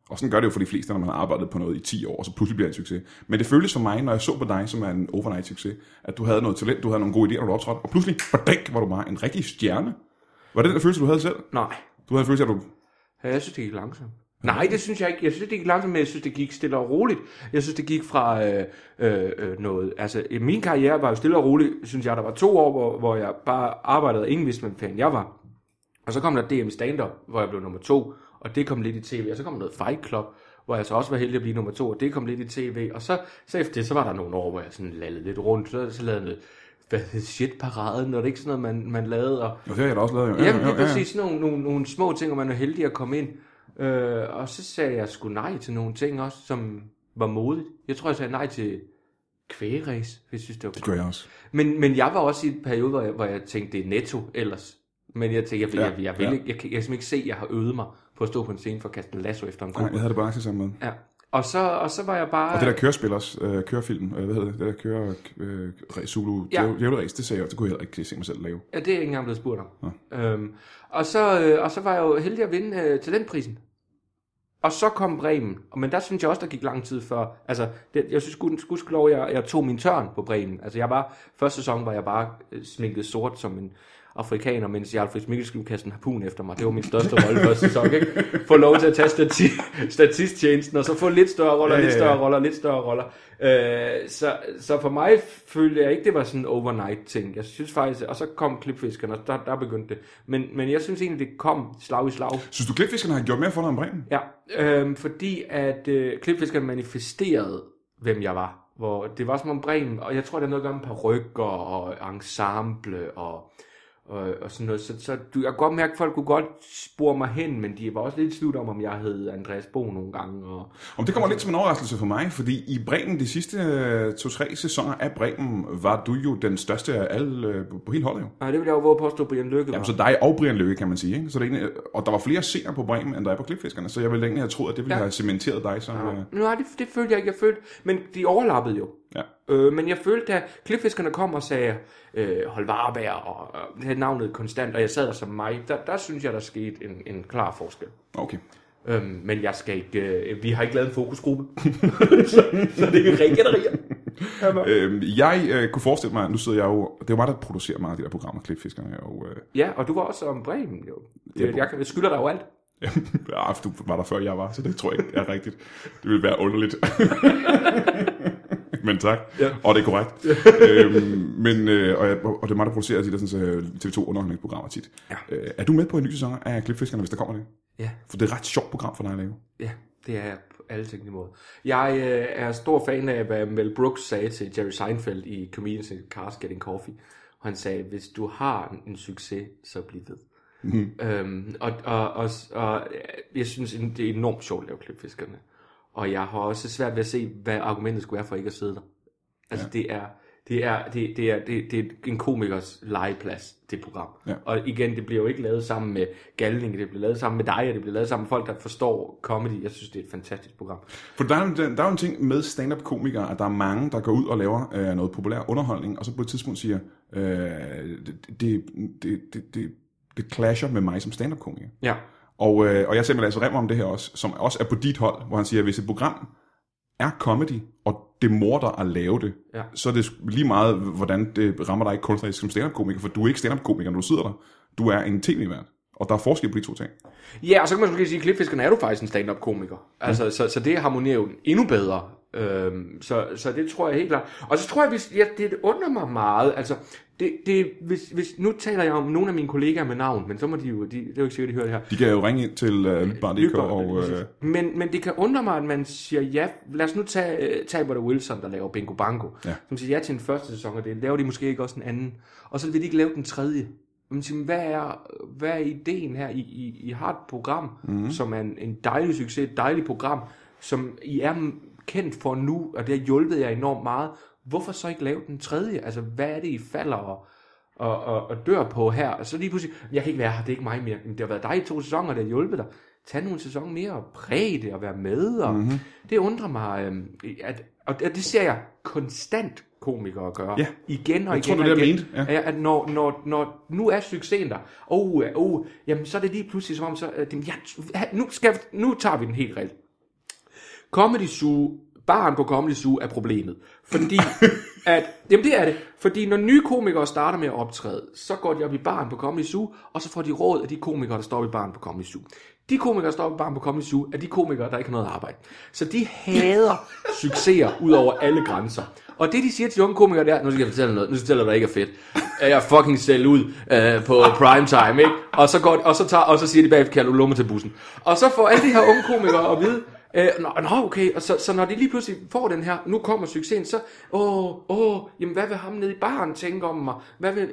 [SPEAKER 1] Og sådan gør det jo for de fleste, når man har arbejdet på noget i 10 år, og så pludselig bliver det en succes. Men det føltes for mig, når jeg så på dig, som er en overnight-succes, at du havde noget talent, du havde nogle gode idéer, når du optrådte, og pludselig, badæk, var du bare en rigtig stjerne. Var det den følelse, du havde selv?
[SPEAKER 2] Nej,
[SPEAKER 1] Du havde en følelse, at du...
[SPEAKER 2] Ja, jeg synes, det gik langsomt. Nej, det synes jeg ikke. Jeg synes, det gik langsomt, men jeg synes, det gik stille og roligt. Jeg synes, det gik fra øh, øh, øh, noget... Altså, i min karriere var jo stille og roligt, synes jeg. Der var to år, hvor, hvor jeg bare arbejdede, og ingen vidste, hvem fanden jeg var. Og så kom der DM Stand-Up, hvor jeg blev nummer to, og det kom lidt i tv. Og så kom der noget Fight Club, hvor jeg så også var heldig at blive nummer to, og det kom lidt i tv. Og så, så efter det, så var der nogle år, hvor jeg sådan lallede lidt rundt. Så, så lavede jeg noget, hvad hed shit-paraden, og det er ikke sådan noget, man, man lavede. Og,
[SPEAKER 1] Jo, det har jeg da også lavet, jo.
[SPEAKER 2] Jamen,
[SPEAKER 1] jo,
[SPEAKER 2] det er præcis nogle, nogle, nogle små ting, og man er heldig at komme ind. Øh, og så sagde jeg sgu nej til nogle ting også, som var modigt. Jeg tror, jeg sagde nej til kvægeræs, hvis jeg synes, det var
[SPEAKER 1] Det gør jeg også.
[SPEAKER 2] men, men jeg var også i en periode, hvor jeg, hvor jeg tænkte, det er netto ellers. Men jeg tænkte, jeg, jeg, jeg, jeg, vil,
[SPEAKER 1] Ja, ja.
[SPEAKER 2] ikke- jeg, kan- jeg, kan simpelthen ikke se, at jeg har øvet mig på at stå på en scene for at kaste en lasso efter en
[SPEAKER 1] Nej,
[SPEAKER 2] gruppe.
[SPEAKER 1] jeg havde det bare ikke sammen med.
[SPEAKER 2] Ja. Og, så, og så var jeg bare...
[SPEAKER 1] Og det der kørespil også, øh, kørefilm, øh, hvad hedder det, det der kører øh, ræs- Zulu
[SPEAKER 2] Ja.
[SPEAKER 1] ja. Djævleræs, det sagde jeg, det kunne jeg heller ikke se mig selv lave.
[SPEAKER 2] Ja, det er jeg ikke engang blevet spurgt om. Øhm, og, så, øh, og så var jeg jo heldig at vinde øh, talentprisen. Og så kom Bremen. Og- Men der synes jeg også, der gik lang tid før. Altså, det, jeg synes, gud, gudskelov, jeg, jeg tog min tørn på Bremen. Altså, jeg var, første sæson var jeg bare øh, sminket sort som en afrikaner, mens jeg Alfred Mikkel skulle kaste en harpun efter mig. Det var min største rolle første sæson, ikke? Få lov til at tage stati, statisttjenesten, og så få lidt større roller,
[SPEAKER 1] Ja,
[SPEAKER 2] ja,
[SPEAKER 1] ja,
[SPEAKER 2] lidt
[SPEAKER 1] ja.
[SPEAKER 2] større roller, lidt større roller. Øh, så, så for mig følte jeg ikke, det var sådan en overnight ting. Jeg synes faktisk, og så kom klipfiskerne, og der, der begyndte det. Men, men jeg synes egentlig, det kom slag i slag.
[SPEAKER 1] Synes du, klipfiskerne har gjort mere for dig end Bremen?
[SPEAKER 2] Ja, øhm, fordi at øh, klipfiskerne manifesterede, hvem jeg var. Hvor det var som om Bremen, og jeg tror, det er noget at gøre med parrykker og ensemble og, og, og sådan noget. Så, så du, jeg kan godt mærke, at folk kunne godt spore mig hen, men de var også lidt i tvivl om, om jeg hed Andreas Bo nogle gange. Og,
[SPEAKER 1] Om det kommer lidt som en overraskelse for mig, fordi i Bremen, de sidste øh, to-tre sæsoner af Bremen, var du jo den største af alle øh, på- på hele holdet jo.
[SPEAKER 2] nej, det vil jeg jo våge at påstå, Brian Lykke var.
[SPEAKER 1] Jamen, så dig og Brian Løkke, kan man sige. Ikke? Så det er egentlig, og der var flere seere på Bremen, end der er på klipfiskerne, så jeg ville egentlig have troet, at det ville ja.
[SPEAKER 2] Ja.
[SPEAKER 1] have cementeret dig som... Ja. Øh,
[SPEAKER 2] Nej, det, det følte jeg ikke. Jeg følte, men de overlappede jo.
[SPEAKER 1] Ja.
[SPEAKER 2] Øh, men jeg følte, da klipfiskerne kom og sagde, øh, hold varberg, og, og det havde navnet konstant, og jeg sad der som mig, der, der synes jeg, der skete en, en klar forskel.
[SPEAKER 1] okay.
[SPEAKER 2] Øhm, men jeg skal ikke, øh, vi har ikke lavet en fokusgruppe, [LAUGHS] så, så det er rent gætterier.
[SPEAKER 1] Øh, jeg øh, kunne forestille mig, nu sidder jeg jo... Det er jo mig, der producerer meget af de der programmer, klipfiskerne, og... Øh, [LAUGHS]
[SPEAKER 2] Ja, og du var også om Bremen jo.
[SPEAKER 1] Ja,
[SPEAKER 2] Jeg, jeg, kan- jeg skylder dig jo alt.
[SPEAKER 1] ja, du var der før jeg var, så det tror jeg ikke er rigtigt. Det ville være underligt. [LAUGHS] men tak. Ja. Og det er korrekt. øhm, men, øh, og, jeg, og det er mig, der producerer de der sådan, øh, TV2 underholdningsprogrammer tit.
[SPEAKER 2] Ja.
[SPEAKER 1] Øh, er du med på en ny sæson af Klipfiskerne, hvis der kommer det?
[SPEAKER 2] Ja.
[SPEAKER 1] For det er et ret sjovt program for dig at lave.
[SPEAKER 2] Ja, det er jeg på alle tænkelige måder. Jeg øh, er stor fan af, hvad Mel Brooks sagde til Jerry Seinfeld i Comedians in Cars Getting Coffee. Og han sagde, hvis du har en, en succes, så bliv ved. Mm. Øhm, og, og, og, og øh, jeg synes, en- det er enormt sjovt at lave klipfiskerne. Og jeg har også svært ved at se, hvad argumentet skulle være for ikke at sidde der. Altså, ja. det er... Det er, det, det, er, det, det er en komikers legeplads, det program.
[SPEAKER 1] Ja.
[SPEAKER 2] Og igen, det bliver jo ikke lavet sammen med Galning, det bliver lavet sammen med dig, og det bliver lavet sammen med folk, der forstår comedy. Jeg synes, det er et fantastisk program.
[SPEAKER 1] For der er, jo- der er jo en ting med stand-up-komikere, at der er mange, der går ud og laver øh, noget populær underholdning, og så på et tidspunkt siger, øh, det, det, det, det, det, det clasher med mig som stand-up-komiker.
[SPEAKER 2] Ja,
[SPEAKER 1] Og, øh, og jeg ser med Lasse Remmer om det her også, som også er på dit hold, hvor han siger, at hvis et program er comedy, og det morder at lave det,
[SPEAKER 2] Ja.
[SPEAKER 1] så er det lige meget, hvordan det rammer dig kunstnerisk som stand-up-komiker, for du er ikke stand-up-komiker, når du sidder der. Du er en tv-vært, og der er forskel på de to ting.
[SPEAKER 2] ja og så kan man måske sige, at klipfiskerne er du faktisk en stand-up-komiker. Altså, så, så det harmonerer jo endnu bedre. Øhm, så, så det tror jeg helt klart. Og så tror jeg, hvis, ja, det undrer mig meget. Altså, det, det, hvis, hvis, nu taler jeg om nogle af mine kollegaer med navn, men så må de jo, de, det er jo ikke sikkert, de hører det her.
[SPEAKER 1] De kan jo ringe ind til øh, Lytbar.dk,
[SPEAKER 2] Lytbar,
[SPEAKER 1] og øh,
[SPEAKER 2] Men, men det kan undre mig, at man siger ja. Lad os nu tage uh, Talbot og Wilson, der laver Bingo Bango.
[SPEAKER 1] Ja.
[SPEAKER 2] Som siger ja til den første sæson, og det laver de måske ikke også en anden. Og så vil de ikke lave den tredje. Og Man siger, hvad er, hvad er ideen her? I, I, I har et program,
[SPEAKER 1] Mhm.
[SPEAKER 2] mm. som er en, en dejlig succes, et dejligt program, som I er m- kendt for nu, og det har hjulpet jer enormt meget. Hvorfor så ikke lave den tredje? Altså, hvad er det, I falder og, og, og, og dør på her, og så lige pludselig, jeg kan ikke være her, det er ikke mig mere, men det har været dig i to sæsoner, det har hjulpet dig. Tag nogle sæsoner mere og præg det og være med, og
[SPEAKER 1] Mhm.
[SPEAKER 2] mm-hmm. det undrer mig, øhm, at, og det det ser jeg konstant komikere gøre,
[SPEAKER 1] Ja.
[SPEAKER 2] igen og
[SPEAKER 1] Jeg
[SPEAKER 2] igen
[SPEAKER 1] tror, det
[SPEAKER 2] og
[SPEAKER 1] er det, jeg
[SPEAKER 2] igen,
[SPEAKER 1] mente,
[SPEAKER 2] ja. at når, når, når nu er succesen der, oh, oh, jamen så er det lige pludselig som om, så, øh, det, ja, nu, skal, nu tager vi den helt reelt. Comedy Zoo Baren på Comedy Zoo er problemet. Fordi, at, jamen det er det. Fordi når nye komikere starter med at optræde, så går de op i baren på Comedy Zoo, og så får de råd af de komikere, der står oppe i baren på Comedy Zoo. De komikere, der står oppe i baren på Comedy Zoo, er de komikere, der ikke har noget arbejde. Så de hader succeser ud over alle grænser. Og det, de siger til de unge komikere, det er, nu skal jeg fortælle dig noget, nu skal jeg fortælle dig, hvad der ikke er fedt. At Jeg fucking sælger ud øh, på primetime, ikke? Og så, går, de- og så, tager, og så siger de bagefter, kan du lumme til bussen? Og så får alle de her unge komikere at vide, Øh, nå, nå, okay, og så, så når de lige pludselig får den her, nu kommer succesen, så, åh, åh, jamen hvad vil ham nede i baren tænke om mig? Hvad vil,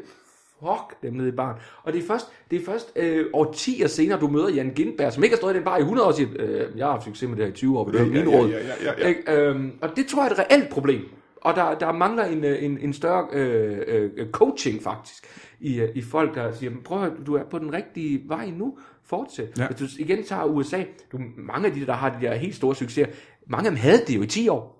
[SPEAKER 2] fuck dem nede i baren. Og det er først, det er først øh, årtier senere, du møder Jan Gindberg, som ikke har stået i den bar i 100 år og siger, øh, jeg har haft succes med det her i 20 år, vil du høre
[SPEAKER 1] ja,
[SPEAKER 2] min
[SPEAKER 1] ja,
[SPEAKER 2] råd?
[SPEAKER 1] ja, ja, ja.
[SPEAKER 2] Ikke? Øhm, og det tror jeg er et reelt problem. Og der, der mangler en, øh, en, en større øh, øh, coaching faktisk i, øh, i folk, der siger, "Men prøv at høre, du er på den rigtige vej nu, fortsæt.
[SPEAKER 1] Ja.
[SPEAKER 2] Ja. Hvis du igen tager USA, du, mange af de, der har de der helt store succeser, mange af dem havde det jo i 10 år.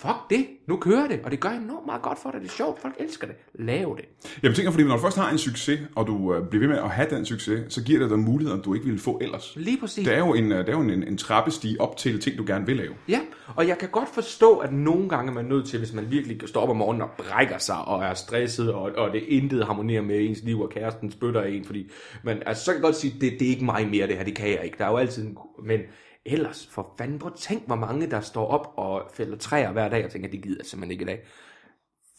[SPEAKER 2] Fuck det, nu kører det, og det gør enormt meget godt for dig, det er sjovt, folk elsker det, lav det.
[SPEAKER 1] Jamen tænker, fordi når du først har en succes, og du øh, bliver ved med at have den succes, så giver det dig muligheder, du ikke ville få ellers.
[SPEAKER 2] Lige præcis.
[SPEAKER 1] Det er jo en, øh, det er jo en, en, en trappestige op til ting, du gerne vil lave.
[SPEAKER 2] Ja, og jeg kan godt forstå, at nogle gange er man nødt til, hvis man virkelig står op om morgenen og brækker sig og er stresset, og, og det intet harmonerer med ens liv, og kæresten spytter af en, fordi man, altså, så kan jeg godt sige, det, det er ikke mig mere, det her, det kan jeg ikke. Der er jo altid en, men ellers, for fanden, prøv at tænk, hvor mange, der står op og fælder træer hver dag, og tænker, det gider jeg simpelthen ikke i dag.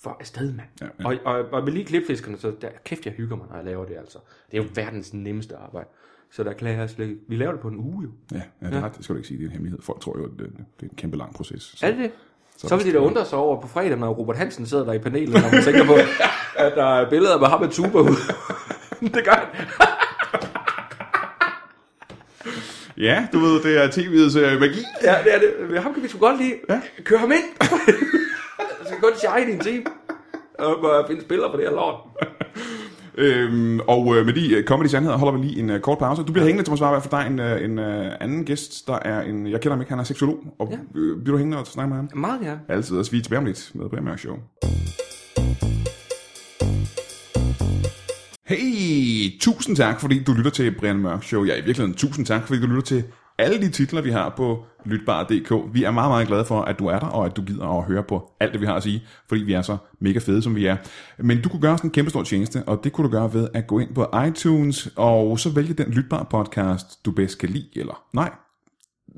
[SPEAKER 2] For afsted, mand. Ja, ja. Og, og, og med lige klipfiskerne, så der, kæft, jeg hygger mig, når jeg laver det, altså. Det er jo verdens nemmeste arbejde. Så der klager jeg slet ikke. Vi laver det på en uge, jo.
[SPEAKER 1] Ja, ja det, er ret, det skal du ikke sige, det er en hemmelighed. Folk tror jo, at det, det er en kæmpe lang proces.
[SPEAKER 2] Er
[SPEAKER 1] Så.
[SPEAKER 2] det det? Så, vil de da undre sig over på fredag, når Robert Hansen sidder der i panelet, når man tænker på, [LAUGHS] at der er billeder med ham med tuba ud. [LAUGHS] det gør han.
[SPEAKER 1] Ja, du ved, det er tv'ets øh, magi.
[SPEAKER 2] Ja, det er det. Men Ham kan vi sgu godt lide. Ja. Kør ham ind. [LAUGHS] Der skal kun shine i en time. Og må jeg finde spillere på det her lort.
[SPEAKER 1] Øhm, og øh, med de øh, comedy sandheder holder vi lige en øh, kort pause. Du bliver hængende, Thomas Warberg, for der er en, øh, en øh, anden gæst, der er en, jeg kender ham ikke, han er seksolog, og ja. øh, bliver du hængende og snakke med ham?
[SPEAKER 2] Meget gerne.
[SPEAKER 1] Altid, og så vi er tilbage om lidt med Brian Mørk Show. Hey, tusind tak, fordi du lytter til Brian Mørk Show. Ja, i virkeligheden tusind tak, fordi du lytter til alle de titler, vi har på lytbar.dk. Vi er meget, meget glade for, at du er der, og at du gider at høre på alt det, vi har at sige, fordi vi er så mega fede, som vi er. Men du kunne gøre os en kæmpe stor tjeneste, og det kunne du gøre ved at gå ind på iTunes, og så vælge den lytbar podcast, du bedst kan lide, eller nej,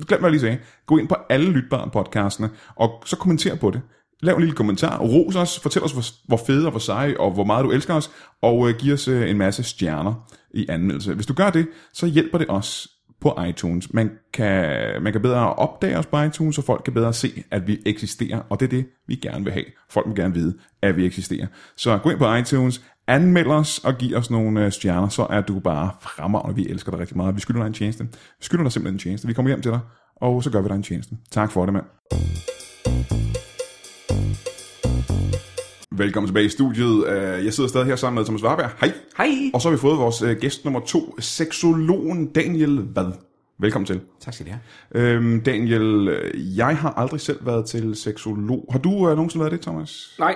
[SPEAKER 1] glem hvad jeg lige sagde, gå ind på alle lytbare podcastene, og så kommenter på det. Lav en lille kommentar, ros os, fortæl os, hvor, hvor fede og hvor seje, og hvor meget du elsker os, og øh, giv os øh, en masse stjerner i anmeldelse. Hvis du gør det, så hjælper det os på iTunes. Man kan, man kan bedre opdage os på iTunes, så folk kan bedre se, at vi eksisterer, og det er det, vi gerne vil have. Folk vil gerne vide, at vi eksisterer. Så gå ind på iTunes, anmeld os og giv os nogle øh, stjerner, så er du bare fremragende. Vi elsker dig rigtig meget. Vi skylder dig en tjeneste. Vi skylder dig simpelthen en tjeneste. Vi kommer hjem til dig, og så gør vi dig en tjeneste. Tak for det, mand. Velkommen tilbage i studiet. Øh, Jeg sidder stadig her sammen med Thomas Warberg. Hej.
[SPEAKER 2] Hej.
[SPEAKER 1] Og så har vi fået vores øh, gæst nummer to, seksologen Daniel Vad. Velkommen til.
[SPEAKER 2] Tak skal du have.
[SPEAKER 1] Øhm, Daniel, øh, jeg har aldrig selv været til seksolog. Har du øh, nogensinde været det, Thomas?
[SPEAKER 2] Nej.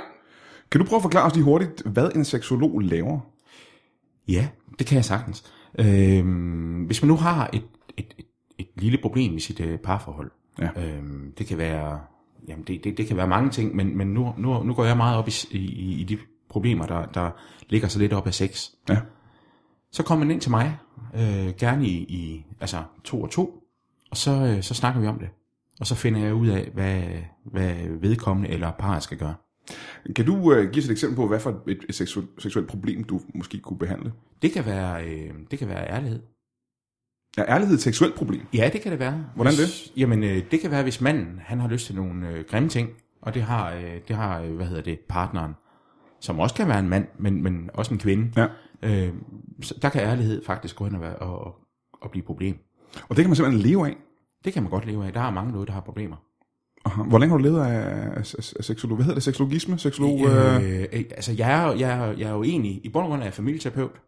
[SPEAKER 1] Kan du prøve at forklare os lige hurtigt, hvad en seksolog laver?
[SPEAKER 3] Ja, det kan jeg sagtens. Øhm, hvis man nu har et, et, et, et lille problem i sit øh, parforhold,
[SPEAKER 1] Ja.
[SPEAKER 3] øhm, det kan være jamen det, det, det kan være mange ting, men, men nu, nu, nu går jeg meget op i, s- i, i de problemer, der, der ligger så lidt op af sex.
[SPEAKER 1] Ja.
[SPEAKER 3] Så kommer man ind til mig, øh, gerne i, i altså to og to, og så, øh, så snakker vi om det. Og så finder jeg ud af, hvad, hvad vedkommende eller parret skal gøre.
[SPEAKER 1] Kan du øh, give os et eksempel på, hvad for et, et seksuelt, seksuelt problem, du måske kunne behandle?
[SPEAKER 3] Det kan være, øh, det kan være ærlighed.
[SPEAKER 1] Er ærlighed et seksuelt problem?
[SPEAKER 3] Ja, det kan det være.
[SPEAKER 1] Hvordan
[SPEAKER 3] hvis, det? Jamen, øh, det kan være, hvis manden han har lyst til nogle øh, grimme ting, og det har, øh, det har øh, hvad hedder det, partneren, som også kan være en mand, men, men også en kvinde.
[SPEAKER 1] Ja.
[SPEAKER 3] Øh, så der kan ærlighed faktisk gå hen og, være, og, og, og blive et problem.
[SPEAKER 1] Og det kan man simpelthen leve af.
[SPEAKER 3] Det kan man godt leve af. Der er mange noget, der har problemer.
[SPEAKER 1] Aha. Hvor længe har du levet af, af, af, af seksolog? Hvad hedder det? Seksologisme? Seksolog, øh...
[SPEAKER 3] Øh, øh, altså, jeg er, jo- jeg, er, jeg er jo egentlig, i bund og grund er jeg familieterapeut,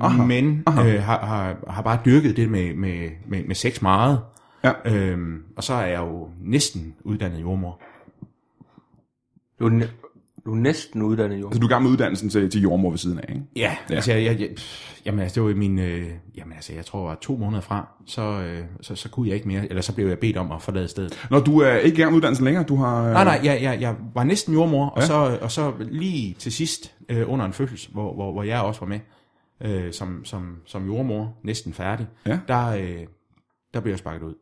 [SPEAKER 1] Aha,
[SPEAKER 3] aha, men aha. Øh, har, har, har bare dyrket det med, med, med, med sex meget.
[SPEAKER 1] Ja.
[SPEAKER 3] Øhm, og så er jeg jo næsten uddannet jordmor.
[SPEAKER 2] Du er, næ- Du er næsten uddannet, jo.
[SPEAKER 1] Altså, du er i gang med uddannelsen til, til jordmor ved siden af, ikke?
[SPEAKER 3] Ja, ja. altså, jeg, jeg, jeg, pff, jamen, altså, det var i min, øh, jamen, altså, jeg tror, at to måneder fra, så, øh, så, så kunne jeg ikke mere, eller så blev jeg bedt om at forlade stedet.
[SPEAKER 1] Når du er ikke i gang med uddannelsen længere, du har... øh,
[SPEAKER 3] Nej, nej, jeg, jeg, jeg var næsten jordmor, og, så, og så lige til sidst øh, under en fødsel, hvor, hvor, hvor jeg også var med, øh, som, som, som jordmor, næsten færdig,
[SPEAKER 1] Ja.
[SPEAKER 3] der, øh, der blev jeg sparket ud.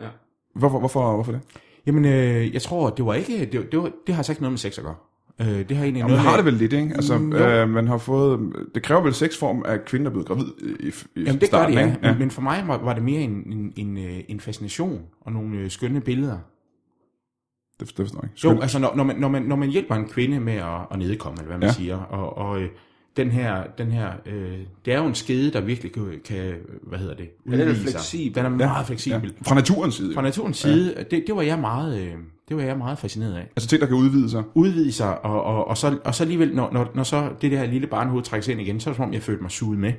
[SPEAKER 2] Ja.
[SPEAKER 1] Hvorfor, hvorfor, hvorfor det?
[SPEAKER 3] Jamen, øh, jeg tror, det var ikke, det, det, var, det har altså ikke noget med sex at gøre. Øh, det har egentlig
[SPEAKER 1] Jamen, man
[SPEAKER 3] noget
[SPEAKER 1] har
[SPEAKER 3] med,
[SPEAKER 1] det vel lidt, ikke? Altså,
[SPEAKER 3] Mm, jo.
[SPEAKER 1] øh, man har fået... Det kræver vel sexform af kvinder, der er blevet gravid i, i
[SPEAKER 3] Jamen det gør
[SPEAKER 1] starten,
[SPEAKER 3] det, ja. Mm.
[SPEAKER 1] ikke?
[SPEAKER 3] ja. Men for mig var, var det mere en, en, en, øh, en fascination og nogle øh, skønne billeder.
[SPEAKER 1] Det, det forstår jeg ikke.
[SPEAKER 3] Jo,
[SPEAKER 1] Skyld.
[SPEAKER 3] altså når, når, man, når, man, når man hjælper en kvinde med at, at nedkomme, eller hvad man
[SPEAKER 1] Ja.
[SPEAKER 3] ja. siger, og, og øh, den her, den her øh, det er jo en skede, der virkelig kan, kan hvad hedder det,
[SPEAKER 2] den er
[SPEAKER 3] udvide sig.
[SPEAKER 2] fleksibel.
[SPEAKER 3] Den er meget ja. fleksibel. Ja.
[SPEAKER 1] Fra naturens side.
[SPEAKER 3] Fra
[SPEAKER 1] Fra...
[SPEAKER 3] naturens side, ja. det, det, var jeg meget, øh, det var jeg meget fascineret af.
[SPEAKER 1] Altså ting, der kan udvide sig.
[SPEAKER 3] Udvide sig, og, og, og, så, og så alligevel, når, når, når så det der lille barnehoved trækkes ind igen, så er det som om, jeg følte mig suget med.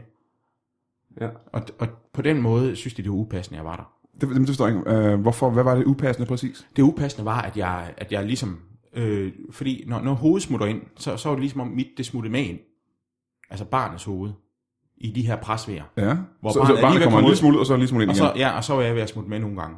[SPEAKER 2] Ja.
[SPEAKER 3] Og, og på den måde synes de, det var upassende, at jeg var der.
[SPEAKER 1] Det, det forstår jeg ikke. Øh, hvorfor? Hvad var det upassende præcis?
[SPEAKER 3] det upassende var, at jeg, at jeg ligesom... Øh, fordi når, når hovedet smutter ind, så, så var det ligesom om mit, det smuttede med ind. Altså barnets hoved. I de her presvejer.
[SPEAKER 1] Ja.
[SPEAKER 3] Hvor
[SPEAKER 1] så,
[SPEAKER 3] barnet
[SPEAKER 1] så barnet
[SPEAKER 3] alligevel
[SPEAKER 1] kommer
[SPEAKER 3] kommer
[SPEAKER 1] en
[SPEAKER 3] ud.
[SPEAKER 1] lille smule ud, og så en lille smule ind
[SPEAKER 3] Og
[SPEAKER 1] igen.
[SPEAKER 3] så, ja, og så var jeg ved at smutte med nogle gange.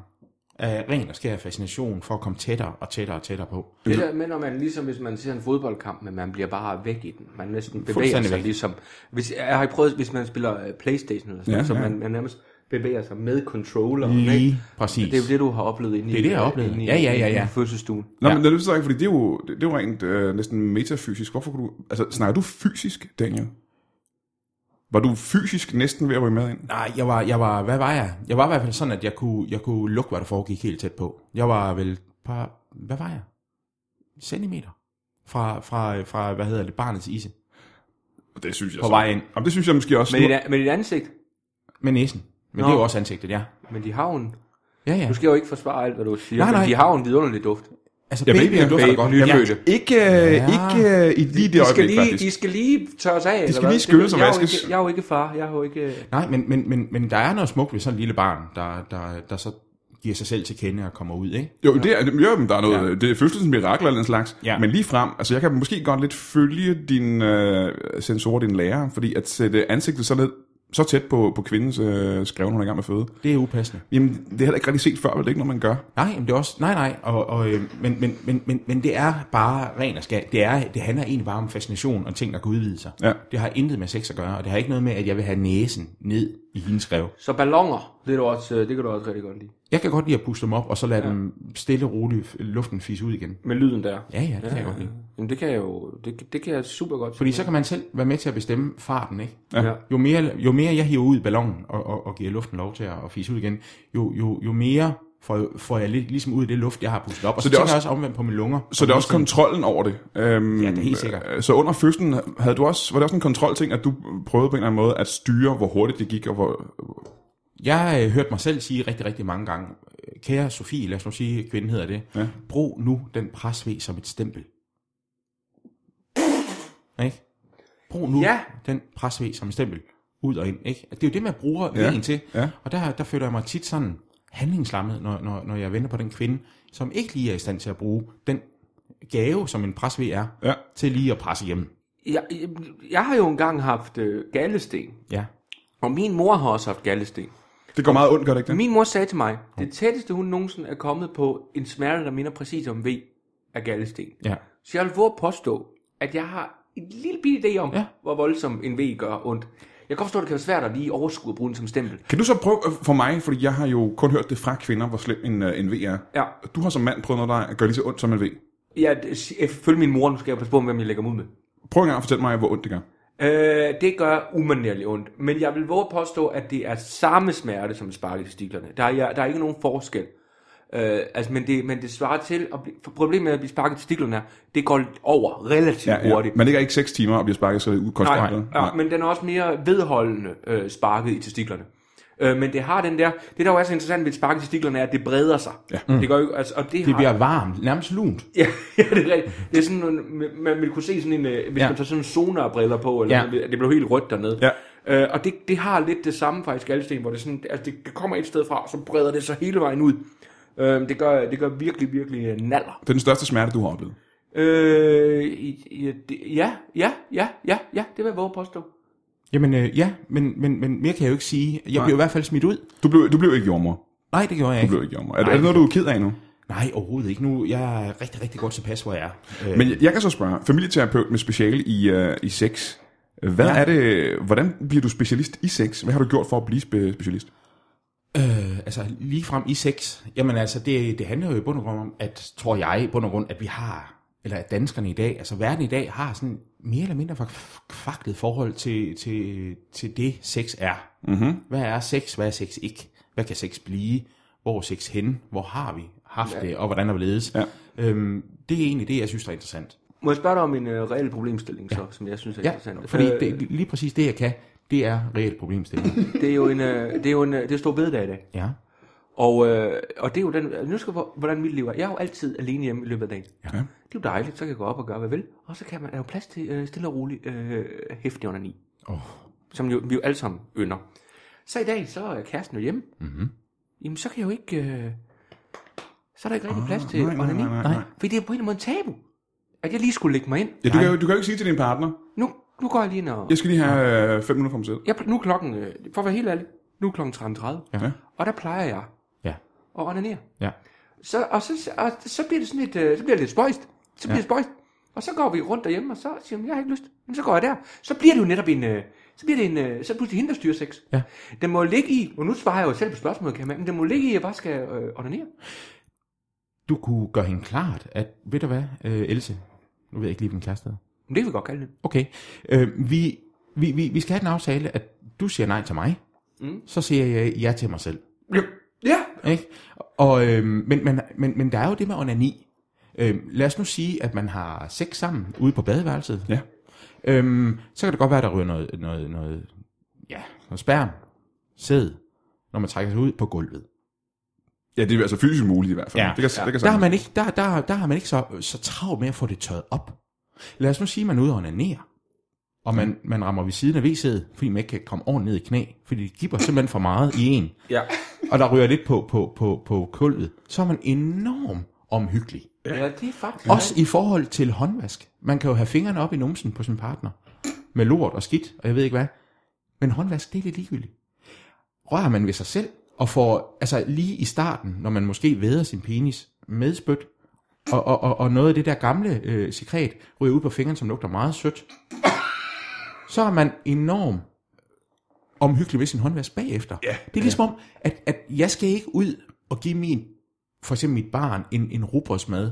[SPEAKER 3] Af ren og skær fascination for at komme tættere og tættere og tættere på.
[SPEAKER 2] Det der med, når man ligesom, hvis man ser en fodboldkamp, men man bliver bare væk i den. Man næsten bevæger
[SPEAKER 3] Fuldstændig
[SPEAKER 2] sig
[SPEAKER 3] væk.
[SPEAKER 2] ligesom. Hvis, jeg har I prøvet, hvis man spiller øh, Playstation eller sådan
[SPEAKER 1] Ja,
[SPEAKER 2] ja, så
[SPEAKER 1] ja.
[SPEAKER 2] man, man nærmest bevæger sig med controller.
[SPEAKER 3] Lige præcis.
[SPEAKER 2] Det er jo det, du har oplevet inde i,
[SPEAKER 3] Det er det, jeg har oplevet.
[SPEAKER 2] inde i-
[SPEAKER 3] Ja, ja, ja, ja.
[SPEAKER 2] i fødselsstuen.
[SPEAKER 1] Nå,
[SPEAKER 3] Ja.
[SPEAKER 1] men det forstår jeg ikke, fordi det er jo, det, det er jo rent øh, næsten metafysisk. Hvorfor kunne du... Altså, snakker du fysisk, Daniel? Var du fysisk næsten ved at ryge med ind?
[SPEAKER 3] Nej, jeg var, jeg var, hvad var jeg? Jeg var i hvert fald sådan, at jeg kunne, jeg kunne lukke, hvad der foregik helt tæt på. Jeg var vel par, hvad var jeg? Centimeter. Fra, fra, fra hvad hedder det, barnets isse.
[SPEAKER 1] Det synes jeg
[SPEAKER 3] På
[SPEAKER 1] så.
[SPEAKER 3] vej ind.
[SPEAKER 1] Jamen, det synes jeg måske også.
[SPEAKER 2] Men dit, men dit ansigt,
[SPEAKER 3] Med næsen. Men
[SPEAKER 2] Nå.
[SPEAKER 3] det er jo også ansigtet, ja.
[SPEAKER 2] men de har jo en,
[SPEAKER 3] Ja, ja.
[SPEAKER 2] Nu skal jeg jo ikke forsvare alt, hvad du siger,
[SPEAKER 3] Nej,
[SPEAKER 2] nej, nej.
[SPEAKER 3] nej.
[SPEAKER 2] men de har jo en vidunderlig duft.
[SPEAKER 3] Altså,
[SPEAKER 1] Ja,
[SPEAKER 3] babyen
[SPEAKER 1] babyen
[SPEAKER 3] dufter
[SPEAKER 2] baby,
[SPEAKER 3] godt.
[SPEAKER 2] nyfødte.
[SPEAKER 3] Jamen,
[SPEAKER 1] Ikke, ja.
[SPEAKER 3] Ja.
[SPEAKER 1] ikke øh, i lige det
[SPEAKER 2] De skal,
[SPEAKER 1] øjeblik,
[SPEAKER 2] lige,
[SPEAKER 1] faktisk.
[SPEAKER 2] de skal lige tørres af. eller
[SPEAKER 1] skal
[SPEAKER 2] hvad?
[SPEAKER 1] lige skylles
[SPEAKER 2] Det-
[SPEAKER 1] og
[SPEAKER 2] jeg er jo
[SPEAKER 1] vaskes.
[SPEAKER 2] ikke- Jeg er jo ikke far, jeg har jo ikke...
[SPEAKER 3] Nej, men, men, men, men der er noget smukt ved sådan en lille barn, der, der, der så giver sig selv til kende og kommer ud, ikke?
[SPEAKER 1] Jo, det er, jo, men der er noget, ja. det er fødselens mirakel eller den slags, ja.
[SPEAKER 3] Ja.
[SPEAKER 1] men lige frem, altså jeg kan måske godt lidt følge din øh, sensor, din lærer, fordi at sætte ansigtet så, lidt, så tæt på, på kvindens øh, skrevne, hun er i gang med at føde,
[SPEAKER 3] Det er upassende.
[SPEAKER 1] jamen det er heller ikke rigtig set før, vel? det er ikke noget, man gør.
[SPEAKER 3] Nej, men det er også... Nej, nej. Og, og, øh, men, men, men, men, men det er bare ren og skær. Det, er, det handler egentlig bare om fascination og ting, der kan udvide sig.
[SPEAKER 1] Ja.
[SPEAKER 3] Det har intet med sex at gøre, og det har ikke noget med, at jeg vil have næsen ned i hendes skrev.
[SPEAKER 2] Så ballonger, det, er du også, øh, det kan du også rigtig godt lide.
[SPEAKER 3] Jeg kan godt lide at puste dem op, og så lade ja. dem stille og roligt øh, luften fisse ud igen.
[SPEAKER 2] Med lyden der.
[SPEAKER 3] Ja, ja, det kan jeg godt lide.
[SPEAKER 2] Jamen, det kan jeg jo det, det kan jeg super godt.
[SPEAKER 3] Fordi så kan man selv være med til at bestemme farten, ikke?
[SPEAKER 2] ja.
[SPEAKER 3] Jo mere, jo mere jeg hiver ud i ballonen og, og, og giver luften lov til at, at fise ud igen, jo, jo, jo mere får, får jeg lidt, ligesom ud af det luft, jeg har pustet op. Og
[SPEAKER 1] Så
[SPEAKER 3] så,
[SPEAKER 1] det
[SPEAKER 3] så
[SPEAKER 1] er
[SPEAKER 3] tænker også, jeg også omvendt på mine lunger.
[SPEAKER 1] Så det er også kontrollen over det. Øhm,
[SPEAKER 3] Ja, det er helt sikkert.
[SPEAKER 1] øh, Så under fødslen havde du også, var det også en kontrolting, at du prøvede på en eller anden måde at styre, hvor hurtigt det gik, og hvor...
[SPEAKER 3] Jeg øh, hørte mig selv sige rigtig, rigtig mange gange, øh, kære Sofie, lad os nu sige, kvinden hedder det,
[SPEAKER 1] Ja.
[SPEAKER 3] brug nu den presved som et stempel. Ikke? Brug nu
[SPEAKER 2] Ja.
[SPEAKER 3] den presved som et stempel. Ud og ind, ikke? Det er jo det, man bruger
[SPEAKER 1] Ja,
[SPEAKER 3] ja. en til.
[SPEAKER 1] ja.
[SPEAKER 3] Og der, der føler jeg mig tit sådan handlingslammet, når, når, når jeg venter på den kvinde, som ikke lige er i stand til at bruge den gave, som en presved er,
[SPEAKER 1] Ja.
[SPEAKER 3] til lige at presse hjem.
[SPEAKER 2] Jeg, jeg, jeg har jo engang haft øh, gallesten,
[SPEAKER 3] Ja.
[SPEAKER 2] og min mor har også haft gallesten.
[SPEAKER 1] Det går meget ondt, gør det ikke det?
[SPEAKER 2] Min mor sagde til mig, det tætteste hun nogensinde er kommet på en smerte, der minder præcis om V, er gallesten.
[SPEAKER 3] Ja.
[SPEAKER 2] Så jeg vil våge at påstå, at jeg har en lille bitte idé om, ja.
[SPEAKER 3] Ja.
[SPEAKER 2] hvor voldsom en V gør ondt. Jeg kan godt forstå, at det kan være svært at lige overskue at bruge den som stempel.
[SPEAKER 1] Kan du så prøve øh, for mig, fordi jeg har jo kun hørt det fra kvinder, hvor slem en, øh, en V er.
[SPEAKER 2] Ja,
[SPEAKER 1] Du har som mand prøvet noget, der gør lige så ondt som en V.
[SPEAKER 2] jeg, jeg følger min mor, nu skal jeg passe på, hvem jeg lægger mig ud med.
[SPEAKER 1] Prøv en gang at fortælle mig, hvor ondt det gør.
[SPEAKER 2] Øh, det gør umanerligt ondt, men jeg vil våge at påstå, at det er samme smerte som spark i testiklerne. Der er, jeg- der er ikke nogen forskel. Øh, altså, men, det, men det svarer til, at blive, for problemet med at blive sparket i testiklerne, er, det går over relativt ja, ja. hurtigt.
[SPEAKER 1] Man ligger ikke 6 timer og bliver sparket så ud
[SPEAKER 2] Nej,
[SPEAKER 1] konstant.
[SPEAKER 2] nej,
[SPEAKER 1] vel?
[SPEAKER 2] nej, men den er også mere vedholdende øh, sparket i testiklerne. Øh, men det har den der, det der jo er så interessant ved et spark i testiklerne, er, at det breder sig. Ja. Mm. Det gør jo, altså, og det,
[SPEAKER 3] Det
[SPEAKER 2] har,
[SPEAKER 3] bliver varmt, nærmest lunt.
[SPEAKER 2] [LAUGHS] Ja, ja, det er rigtigt. Det er sådan, man, man ville kunne se sådan en, øh, hvis ja.
[SPEAKER 3] Ja.
[SPEAKER 2] man tager sådan en sonarbriller på, eller
[SPEAKER 3] Ja.
[SPEAKER 2] ja. det blev helt rødt dernede.
[SPEAKER 1] Ja.
[SPEAKER 2] Øh, og det, det har lidt det samme faktisk galdesten, hvor det, sådan, altså det det kommer et sted fra, og så breder det sig hele vejen ud. Øh, det, gør, det gør virkelig, virkelig øh, naller.
[SPEAKER 1] Det er den største smerte, du har oplevet.
[SPEAKER 2] Øh, i- i- det- ja, ja, ja, ja, ja, det vil jeg våge at påstå.
[SPEAKER 3] Jamen øh, ja, men, men, men mere kan jeg jo ikke sige. Jeg
[SPEAKER 1] Nej.
[SPEAKER 3] blev i hvert fald smidt ud.
[SPEAKER 1] Du blev, du blev ikke jordmor.
[SPEAKER 3] Nej, det gjorde jeg
[SPEAKER 1] Du
[SPEAKER 3] ikke.
[SPEAKER 1] blev ikke jordmor. Er,
[SPEAKER 3] Nej.
[SPEAKER 1] er det noget, du er ked af nu?
[SPEAKER 3] Nej, overhovedet ikke. Nu jeg er rigtig, rigtig godt tilpas, hvor jeg er. Øh,
[SPEAKER 1] Men jeg- jeg kan så spørge, familieterapeut med speciale i, øh, i sex. Hvad ja. er det, hvordan bliver du specialist i sex? Hvad har du gjort for at blive spe- specialist?
[SPEAKER 3] Øh, altså lige frem i sex. Jamen altså, det, det handler jo i bund og grund om, at tror jeg i bund og grund, at vi har, eller at danskerne i dag, altså verden i dag, har sådan mere eller mindre faklet forhold til, til, til det, sex er. Mm-hmm.
[SPEAKER 1] Mhm.
[SPEAKER 3] Hvad er sex? Hvad er sex ikke? Hvad kan sex blive? Hvor er sex hen? Hvor har vi haft ja. det? Og hvordan er det ledes?
[SPEAKER 1] Ja.
[SPEAKER 3] Øhm, det er egentlig det, jeg synes, der er interessant.
[SPEAKER 2] Må jeg spørge dig om en øh, reel problemstilling, så, som jeg synes er
[SPEAKER 3] Ja,
[SPEAKER 2] interessant?
[SPEAKER 3] fordi
[SPEAKER 2] Øh,
[SPEAKER 3] det, lige præcis det, jeg kan, det er reelt
[SPEAKER 2] [LAUGHS]
[SPEAKER 3] problemstilling.
[SPEAKER 2] det er jo en, øh, det er jo en, øh, det er stor bededag i dag.
[SPEAKER 3] ja.
[SPEAKER 2] Og, øh, og det er jo den, nu skal jeg på, hvordan mit liv er. Jeg er jo altid alene hjemme i løbet af dagen. Ja. Det er jo dejligt, så kan jeg gå op og gøre, hvad jeg vil. Og så kan man, der er jo plads til øh, stille og roligt øh, hæftig under ni.
[SPEAKER 3] Oh.
[SPEAKER 2] Som jo, vi jo alle sammen ynder. Så i dag, så er kæresten jo hjemme. Mm-hmm.
[SPEAKER 1] Mhm.
[SPEAKER 2] Jamen, så kan jeg jo ikke... Øh, så er der ikke rigtig plads til
[SPEAKER 1] Ah, nej, nej,
[SPEAKER 2] onani.
[SPEAKER 1] nej, nej, nej.
[SPEAKER 2] Fordi det er på en eller anden måde en tabu. At jeg lige skulle lægge mig ind.
[SPEAKER 1] Ja, du, kan, jo- du kan jo ikke sige til din partner,
[SPEAKER 2] Nu, nu går jeg lige ind og...
[SPEAKER 1] jeg skal lige have øh, fem minutter for mig selv.
[SPEAKER 2] Jeg, nu er klokken, øh, for at være helt ærlig, nu er klokken 13.30.
[SPEAKER 1] Ja.
[SPEAKER 2] Og der plejer jeg
[SPEAKER 3] Ja.
[SPEAKER 2] at onanere.
[SPEAKER 3] Ja.
[SPEAKER 2] Så, og, så, og så bliver det sådan lidt, øh, så bliver det lidt spøjst. Så bliver ja. det spøjst. Og så går vi rundt derhjemme, og så siger hun, jeg har ikke lyst. Men så går jeg der. Så bliver det jo netop en, øh, så bliver det en, øh, så er det pludselig hende, der styrer sex.
[SPEAKER 3] Ja.
[SPEAKER 2] Den må ligge i, og nu svarer jeg jo selv på spørgsmålet, kan man, men den må ligge i, at jeg bare skal øh, onanere.
[SPEAKER 3] du kunne gøre hende klart, at, ved du hvad, øh, Else, nu ved jeg ikke lige, hvem kæreste er.
[SPEAKER 2] Men det kan vi godt kalde det.
[SPEAKER 3] Okay, øh, vi, vi, vi, vi skal have den aftale, at du siger nej til mig,
[SPEAKER 2] Mm.
[SPEAKER 3] så siger jeg ja til mig selv.
[SPEAKER 2] Ja. ja.
[SPEAKER 3] Ikke? Og, øh, men, men, men, men der er jo det med onani. Øh, lad os nu sige, at man har sex sammen ude på badeværelset.
[SPEAKER 1] Ja.
[SPEAKER 3] Øhm, så kan det godt være, at der ryger noget, noget, noget, ja, noget sperm, sæd, når man trækker sig ud på gulvet.
[SPEAKER 1] Ja, det er altså fysisk muligt i hvert fald.
[SPEAKER 3] Ja.
[SPEAKER 1] Det kan, ja. det kan
[SPEAKER 3] Der har
[SPEAKER 1] sagtens-
[SPEAKER 3] man ikke, der, der, der har man ikke så, så travlt med at få det tørret op. Lad os nu sige, at man er ude og onanerer, og man, man rammer ved siden af WC'et, fordi man ikke kan komme ordentligt ned i knæ, fordi det giver simpelthen for meget i en,
[SPEAKER 2] Ja.
[SPEAKER 3] og der rører lidt på, på, på, på kulvet, så er man enormt omhyggelig.
[SPEAKER 2] Ja, det er faktisk.
[SPEAKER 3] Også i forhold til håndvask. Man kan jo have fingrene op i numsen på sin partner, med lort og skidt, og jeg ved ikke hvad. Men håndvask, det er lidt ligegyldigt. Rører man ved sig selv, og får, altså lige i starten, når man måske væder sin penis med spyt, og, og, og, og noget af det der gamle øh, sekret ryger ud på fingeren, som lugter meget sødt, så er man enormt omhyggelig ved sin håndvask bagefter. Ja, det er ligesom om, at, at jeg skal ikke ud og give min, for eksempel mit barn, en, en rugbrødsmad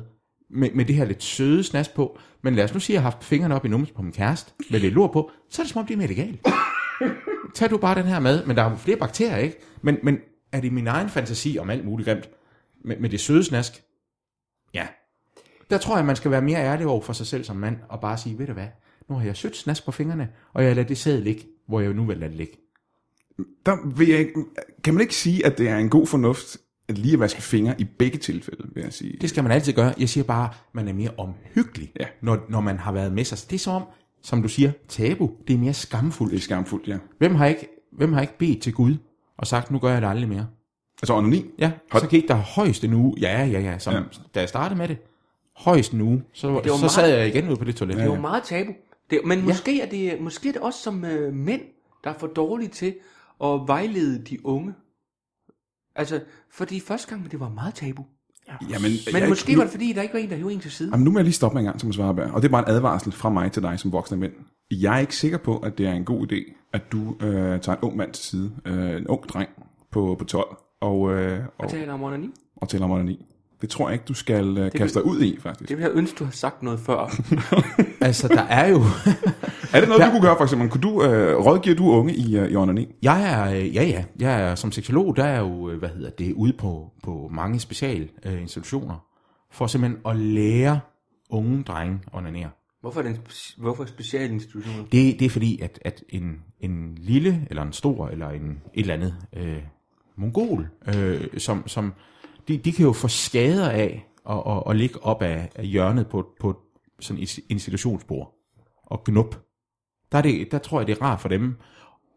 [SPEAKER 3] med, med det her lidt søde snas på, men lad os nu sige, at jeg har haft fingrene op i numsen på min kæreste, med lidt lort på, så er det som om, det er mere legalt. Tag du bare den her mad, men der er jo flere bakterier, ikke? Men, men er det min egen fantasi om alt muligt grimt? Med, med det søde snask? Ja. Der tror jeg, man skal være mere ærlig over for sig selv som mand, og bare sige, ved du hvad, nu har jeg sødt snask på fingrene, og jeg lader det sæde ligge, hvor jeg jo nu vil lade det ligge.
[SPEAKER 1] der vil jeg, ikke- kan man ikke sige, at det er en god fornuft, at lige at vaske fingre i begge tilfælde, vil jeg sige.
[SPEAKER 3] Det skal man altid gøre. Jeg siger bare, man er mere omhyggelig,
[SPEAKER 1] Ja.
[SPEAKER 3] når, når man har været med sig. Så Det er som om, som du siger, tabu, det er mere skamfuldt.
[SPEAKER 1] Det er skamfuldt, ja.
[SPEAKER 3] Hvem har ikke, hvem har ikke bedt til Gud og sagt, nu gør jeg det aldrig mere?
[SPEAKER 1] Altså onani,
[SPEAKER 3] Ja,
[SPEAKER 1] Hold-
[SPEAKER 3] så gik der højst en uge, ja, ja, ja, som,
[SPEAKER 1] Ja.
[SPEAKER 3] ja. da jeg startede med det, højst en uge, så,
[SPEAKER 2] det var
[SPEAKER 3] så
[SPEAKER 2] meget-
[SPEAKER 3] sad jeg igen ude på det toilet.
[SPEAKER 2] Det er jo meget tabu. Det, men måske, er det, måske er det også som øh, mænd, der er for dårlige til at vejlede de unge. Altså, fordi første gang, det var meget tabu.
[SPEAKER 1] jamen,
[SPEAKER 2] Men
[SPEAKER 1] jeg-
[SPEAKER 2] måske
[SPEAKER 1] nu-
[SPEAKER 2] var det fordi, der ikke var en, der hævde en til siden.
[SPEAKER 1] Jamen, nu må jeg lige stoppe mig en gang, Thomas Warberg. Og det er bare en advarsel fra mig til dig som voksne mænd. Jeg er ikke sikker på, at det er en god idé, at du øh, tager en ung mand til side, øh, en ung dreng på, på 12, og, øh, og,
[SPEAKER 2] Jeg taler om onani.
[SPEAKER 1] og taler om onani. Det tror jeg ikke, du skal øh, kaste dig ud i, faktisk.
[SPEAKER 2] Det ville jeg ønske, du havde sagt noget før.
[SPEAKER 3] Altså, der er jo... [LAUGHS]
[SPEAKER 1] er det noget, du kunne gøre, for eksempel? Kunne du, øh, rådgiver du unge i, øh, i onani?
[SPEAKER 3] Jeg er, øh, ja, ja, jeg er som seksolog, der er jeg jo, øh, hvad hedder det, ude på, på mange specialinstitutioner, for simpelthen at lære unge drenge at onanere.
[SPEAKER 2] Hvorfor er det en spe- hvorfor specialinstitutioner?
[SPEAKER 3] Mm. Det, det er fordi, at, at en, en lille, eller en stor, eller en, et eller andet øh, mongol, øh, som, som de, de kan jo få skader af at, at, at ligge op af, af hjørnet på, et- på et sådan et institutionsbord og gnup. Der, er det, der tror jeg, det er rart for dem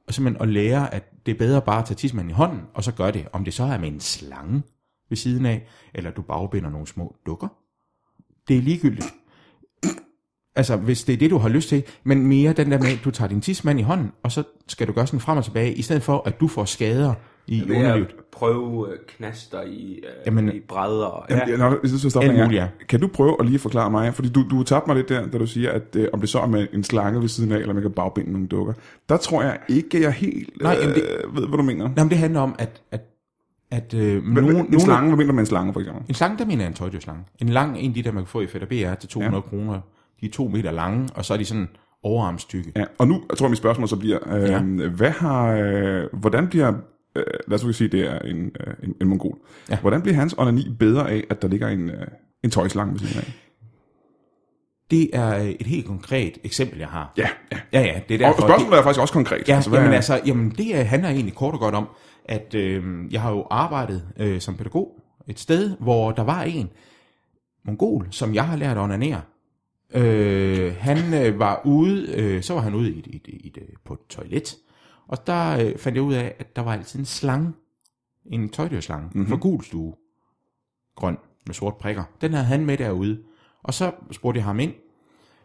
[SPEAKER 3] og simpelthen at lære, at det er bedre bare at tage tidsmanden i hånden, og så gøre det. Om det så er med en slange ved siden af, eller du bagbinder nogle små dukker. Det er ligegyldigt. Altså, hvis det er det, du har lyst til, men mere den der med, at du tager din tidsmand i hånden, og så skal du gøre sådan frem og tilbage, i stedet for, at du får skader i ja, underlivet.
[SPEAKER 2] prøve øh, knaster i, øh,
[SPEAKER 3] Jamen-
[SPEAKER 2] i brædder. Og,
[SPEAKER 1] Jamen, ja. Nå, jeg synes, jeg stopper
[SPEAKER 3] Alt
[SPEAKER 1] en gang.
[SPEAKER 3] muligt,
[SPEAKER 1] Kan du prøve at lige forklare mig, fordi du, du tabte mig lidt der, da du siger, at øh, om det så er med en slange ved siden af, eller man kan bagbinde nogle dukker. Der tror jeg ikke, at jeg helt
[SPEAKER 3] Nej,
[SPEAKER 1] øh,
[SPEAKER 3] jamen,
[SPEAKER 1] ved, hvad du mener.
[SPEAKER 3] Nå, men det handler om, at, at, at øh,
[SPEAKER 1] Hvad-
[SPEAKER 3] nogen,
[SPEAKER 1] en
[SPEAKER 3] nogen-
[SPEAKER 1] slange, hvad mener du med en slange, for eksempel?
[SPEAKER 3] En slange, der mener jeg en tøjdyrslange. En lang, en af de der, man kan få i Fætter BR til 200 ja. kroner. De er to meter lange, og så er de sådan overarmstykke.
[SPEAKER 1] Ja, og nu jeg tror jeg, mit spørgsmål så bliver, øh, ja.
[SPEAKER 3] Ja.
[SPEAKER 1] hvad har, øh, hvordan bliver, øh, lad os nu sige, det er en, øh, en, en mongol. Ja.
[SPEAKER 3] Ja.
[SPEAKER 1] Hvordan bliver hans onani bedre af, at der ligger en, øh, en tøjslange ved siden af?
[SPEAKER 3] Det er øh, et helt konkret eksempel, jeg har.
[SPEAKER 1] Ja, ja.
[SPEAKER 3] ja, ja det er
[SPEAKER 1] Og
[SPEAKER 3] derfor. det-
[SPEAKER 1] spørgsmålet er faktisk også konkret.
[SPEAKER 3] Ja, altså,
[SPEAKER 1] Øhm, hvad,
[SPEAKER 3] jamen, altså, jamen, det øh, handler egentlig kort og godt om, at øh, jeg har jo arbejdet øh, som pædagog et sted, hvor der var en mongol, som jeg har lært at onanere. Øh, han øh, var ude, øh, så var han ude i, et- i, et- i, et, øh, på et toilet, og der øh, fandt jeg ud af, at der var altid en slange, en tøjdyrslange, mm-hmm. fra gul stue, grøn med sort prikker. Den havde han med derude, og så spurgte jeg ham ind,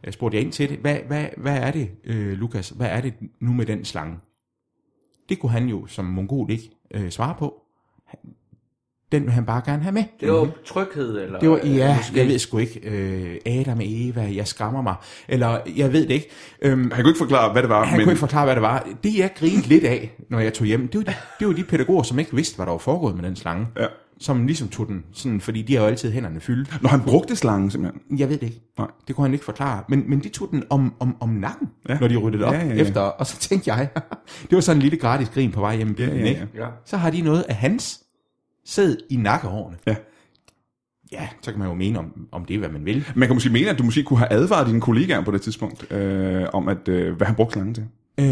[SPEAKER 3] jeg spurgte jeg ind til det. Hvad, hvad, hvad er det, øh, Lukas? Hvad er det nu med den slange? Det kunne han jo som mongol ikke øh, svare på. Han- Den vil han bare gerne have med.
[SPEAKER 2] Det var mm-hmm. tryghed, eller?
[SPEAKER 3] Det var, ja,
[SPEAKER 2] øh, måske-
[SPEAKER 3] jeg ved sgu ikke. Øh, Adam og Eva, jeg skammer mig. Eller, jeg ved det ikke. Øhm,
[SPEAKER 1] han kunne ikke forklare, hvad det var,
[SPEAKER 3] han
[SPEAKER 1] men
[SPEAKER 3] kunne ikke forklare, hvad det var. Det, jeg grinede lidt af, når jeg tog hjem, det var, de, det var de pædagoger, som ikke vidste, hvad der var foregået med den slange.
[SPEAKER 1] Ja.
[SPEAKER 3] Som ligesom tog den, sådan, fordi de har jo altid hænderne fyldt.
[SPEAKER 1] når han brugte slangen simpelthen.
[SPEAKER 3] Jeg ved det ikke.
[SPEAKER 1] Nej.
[SPEAKER 3] Det kunne han ikke forklare. Men, men de tog den om, om, om nakken,
[SPEAKER 1] Ja.
[SPEAKER 3] ja. når de ryddede op
[SPEAKER 1] Ja,
[SPEAKER 3] ja,
[SPEAKER 1] ja,
[SPEAKER 3] ja,
[SPEAKER 1] ja.
[SPEAKER 3] ja. efter. Og så tænkte jeg, [LAUGHS] det var sådan en lille gratis grin på vej hjem i byen,
[SPEAKER 1] ja, ja.
[SPEAKER 3] ikke?
[SPEAKER 2] Ja.
[SPEAKER 3] Så har de noget af hans sæd i nakkehårene.
[SPEAKER 1] Ja.
[SPEAKER 3] Ja, så kan man jo mene om, om det, er, hvad man vil.
[SPEAKER 1] Man kan måske mene, at du måske kunne have advaret dine kollegaer på det tidspunkt, øh, om at, øh, hvad han brugte slangen til.
[SPEAKER 3] Øh,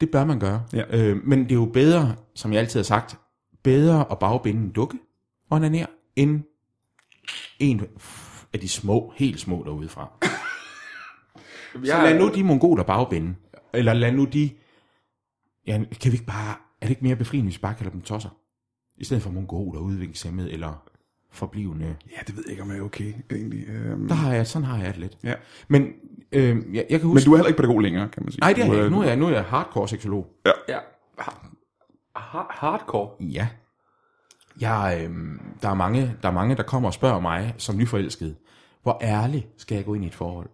[SPEAKER 3] det bør man gøre.
[SPEAKER 1] Ja.
[SPEAKER 3] Øh, men det er jo bedre, som jeg altid har sagt, bedre at bagbinde en dukke og en end en af de små, helt små derude fra.
[SPEAKER 2] Jeg,
[SPEAKER 3] Så lad nu de mongoler bagbinde. Eller lad nu de... Ja, kan vi ikke bare... Er det ikke mere befriende, hvis vi bare kalder dem tosser? I stedet for mongoler, udviklingshemmede eller forblivende.
[SPEAKER 1] Ja, det ved jeg ikke, om jeg er okay, egentlig. Øh,
[SPEAKER 3] Der har jeg, sådan har jeg det lidt.
[SPEAKER 1] ja.
[SPEAKER 3] Men øh, jeg, jeg kan
[SPEAKER 1] Men
[SPEAKER 3] huske...
[SPEAKER 1] du er heller ikke pædagog længere, kan man sige.
[SPEAKER 3] Nej, det er
[SPEAKER 1] Du
[SPEAKER 3] jeg ikke. Nu er jeg, nu er jeg hardcore seksolog.
[SPEAKER 2] Ja. Ha- ha- hardcore.
[SPEAKER 3] Ja. Jeg, øh, der, er mange, der er mange, der kommer og spørger mig som nyforelsket, hvor ærlig skal jeg gå ind i et forhold?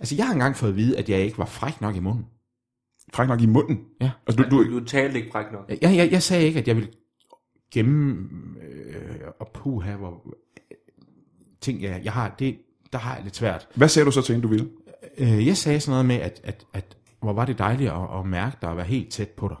[SPEAKER 3] Altså, jeg har engang fået at vide, at jeg ikke var fræk nok i munden.
[SPEAKER 1] Fræk nok i munden.
[SPEAKER 3] Ja.
[SPEAKER 1] Altså, du, du,
[SPEAKER 2] Du, du talte ikke frækt nok.
[SPEAKER 3] Jeg, jeg, jeg sagde ikke, at jeg ville gemme øh, og puha, hvor øh, ting jeg, jeg har, det, der har jeg lidt svært.
[SPEAKER 1] hvad sagde du så til hende, du ville?
[SPEAKER 3] Øh, jeg sagde sådan noget med, at, at, at hvor var det dejligt at, at mærke dig og være helt tæt på dig.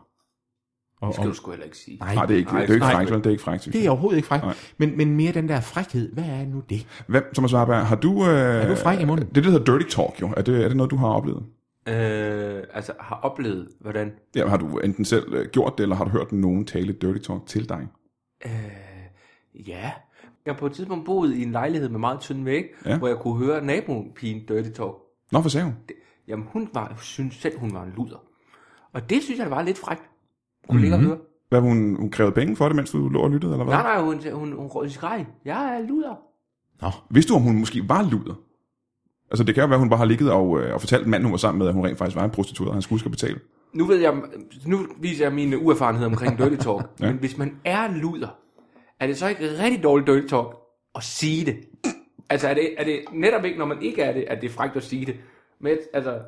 [SPEAKER 3] Og,
[SPEAKER 2] Det skal du sgu heller ikke sige.
[SPEAKER 3] nej,
[SPEAKER 1] Nej, det er ikke,
[SPEAKER 2] Nej,
[SPEAKER 1] det er ikke
[SPEAKER 2] nej.
[SPEAKER 1] frækt, vel? Det er ikke frækt. synes
[SPEAKER 3] det er
[SPEAKER 1] jeg.
[SPEAKER 3] overhovedet ikke fræk.
[SPEAKER 1] Nej.
[SPEAKER 3] Men, men mere den der frækhed, hvad er nu det?
[SPEAKER 1] Hvem, Thomas Warberg, har du... Øh, er
[SPEAKER 3] du fræk i munden?
[SPEAKER 1] Det, er det der hedder dirty talk, jo. Er det, er det noget, du har oplevet?
[SPEAKER 2] Øh, altså, har oplevet, hvordan...
[SPEAKER 1] Ja, har du enten selv øh, gjort det, eller har du hørt nogen tale dirty talk til dig?
[SPEAKER 2] Øh, ja. Jeg har på et tidspunkt boet i en lejlighed med meget tynd væg,
[SPEAKER 1] Ja.
[SPEAKER 2] ja. hvor jeg kunne høre nabopigen Dirty Talk.
[SPEAKER 1] Nå, hvad sagde hun?
[SPEAKER 2] Jamen, hun var, synes selv, hun var en luder. Og det synes jeg, det var lidt frækt. Kunne mm-hmm. ligge og
[SPEAKER 3] Mhm.
[SPEAKER 2] høre.
[SPEAKER 1] Hvad, hun, hun krævede penge for det, mens du lå og lyttede, eller hvad?
[SPEAKER 2] Nej, nej, hun, hun, hun, hun skreg. Jeg er luder.
[SPEAKER 3] Nå,
[SPEAKER 1] Vidste du, om hun måske var luder? Altså, det kan jo være, hun bare har ligget og, øh, og fortalt manden, hun var sammen med, at hun rent faktisk var en prostitueret, og han skulle huske at betale.
[SPEAKER 2] Nu, ved jeg, nu viser jeg min uerfarenhed
[SPEAKER 3] [LAUGHS]
[SPEAKER 2] omkring dirty talk. ja. Men hvis man er luder, er det så ikke rigtig dårligt dirty talk at sige det? Altså, er det, er det netop ikke, når man ikke er det, at det er frækt at sige det? Men altså,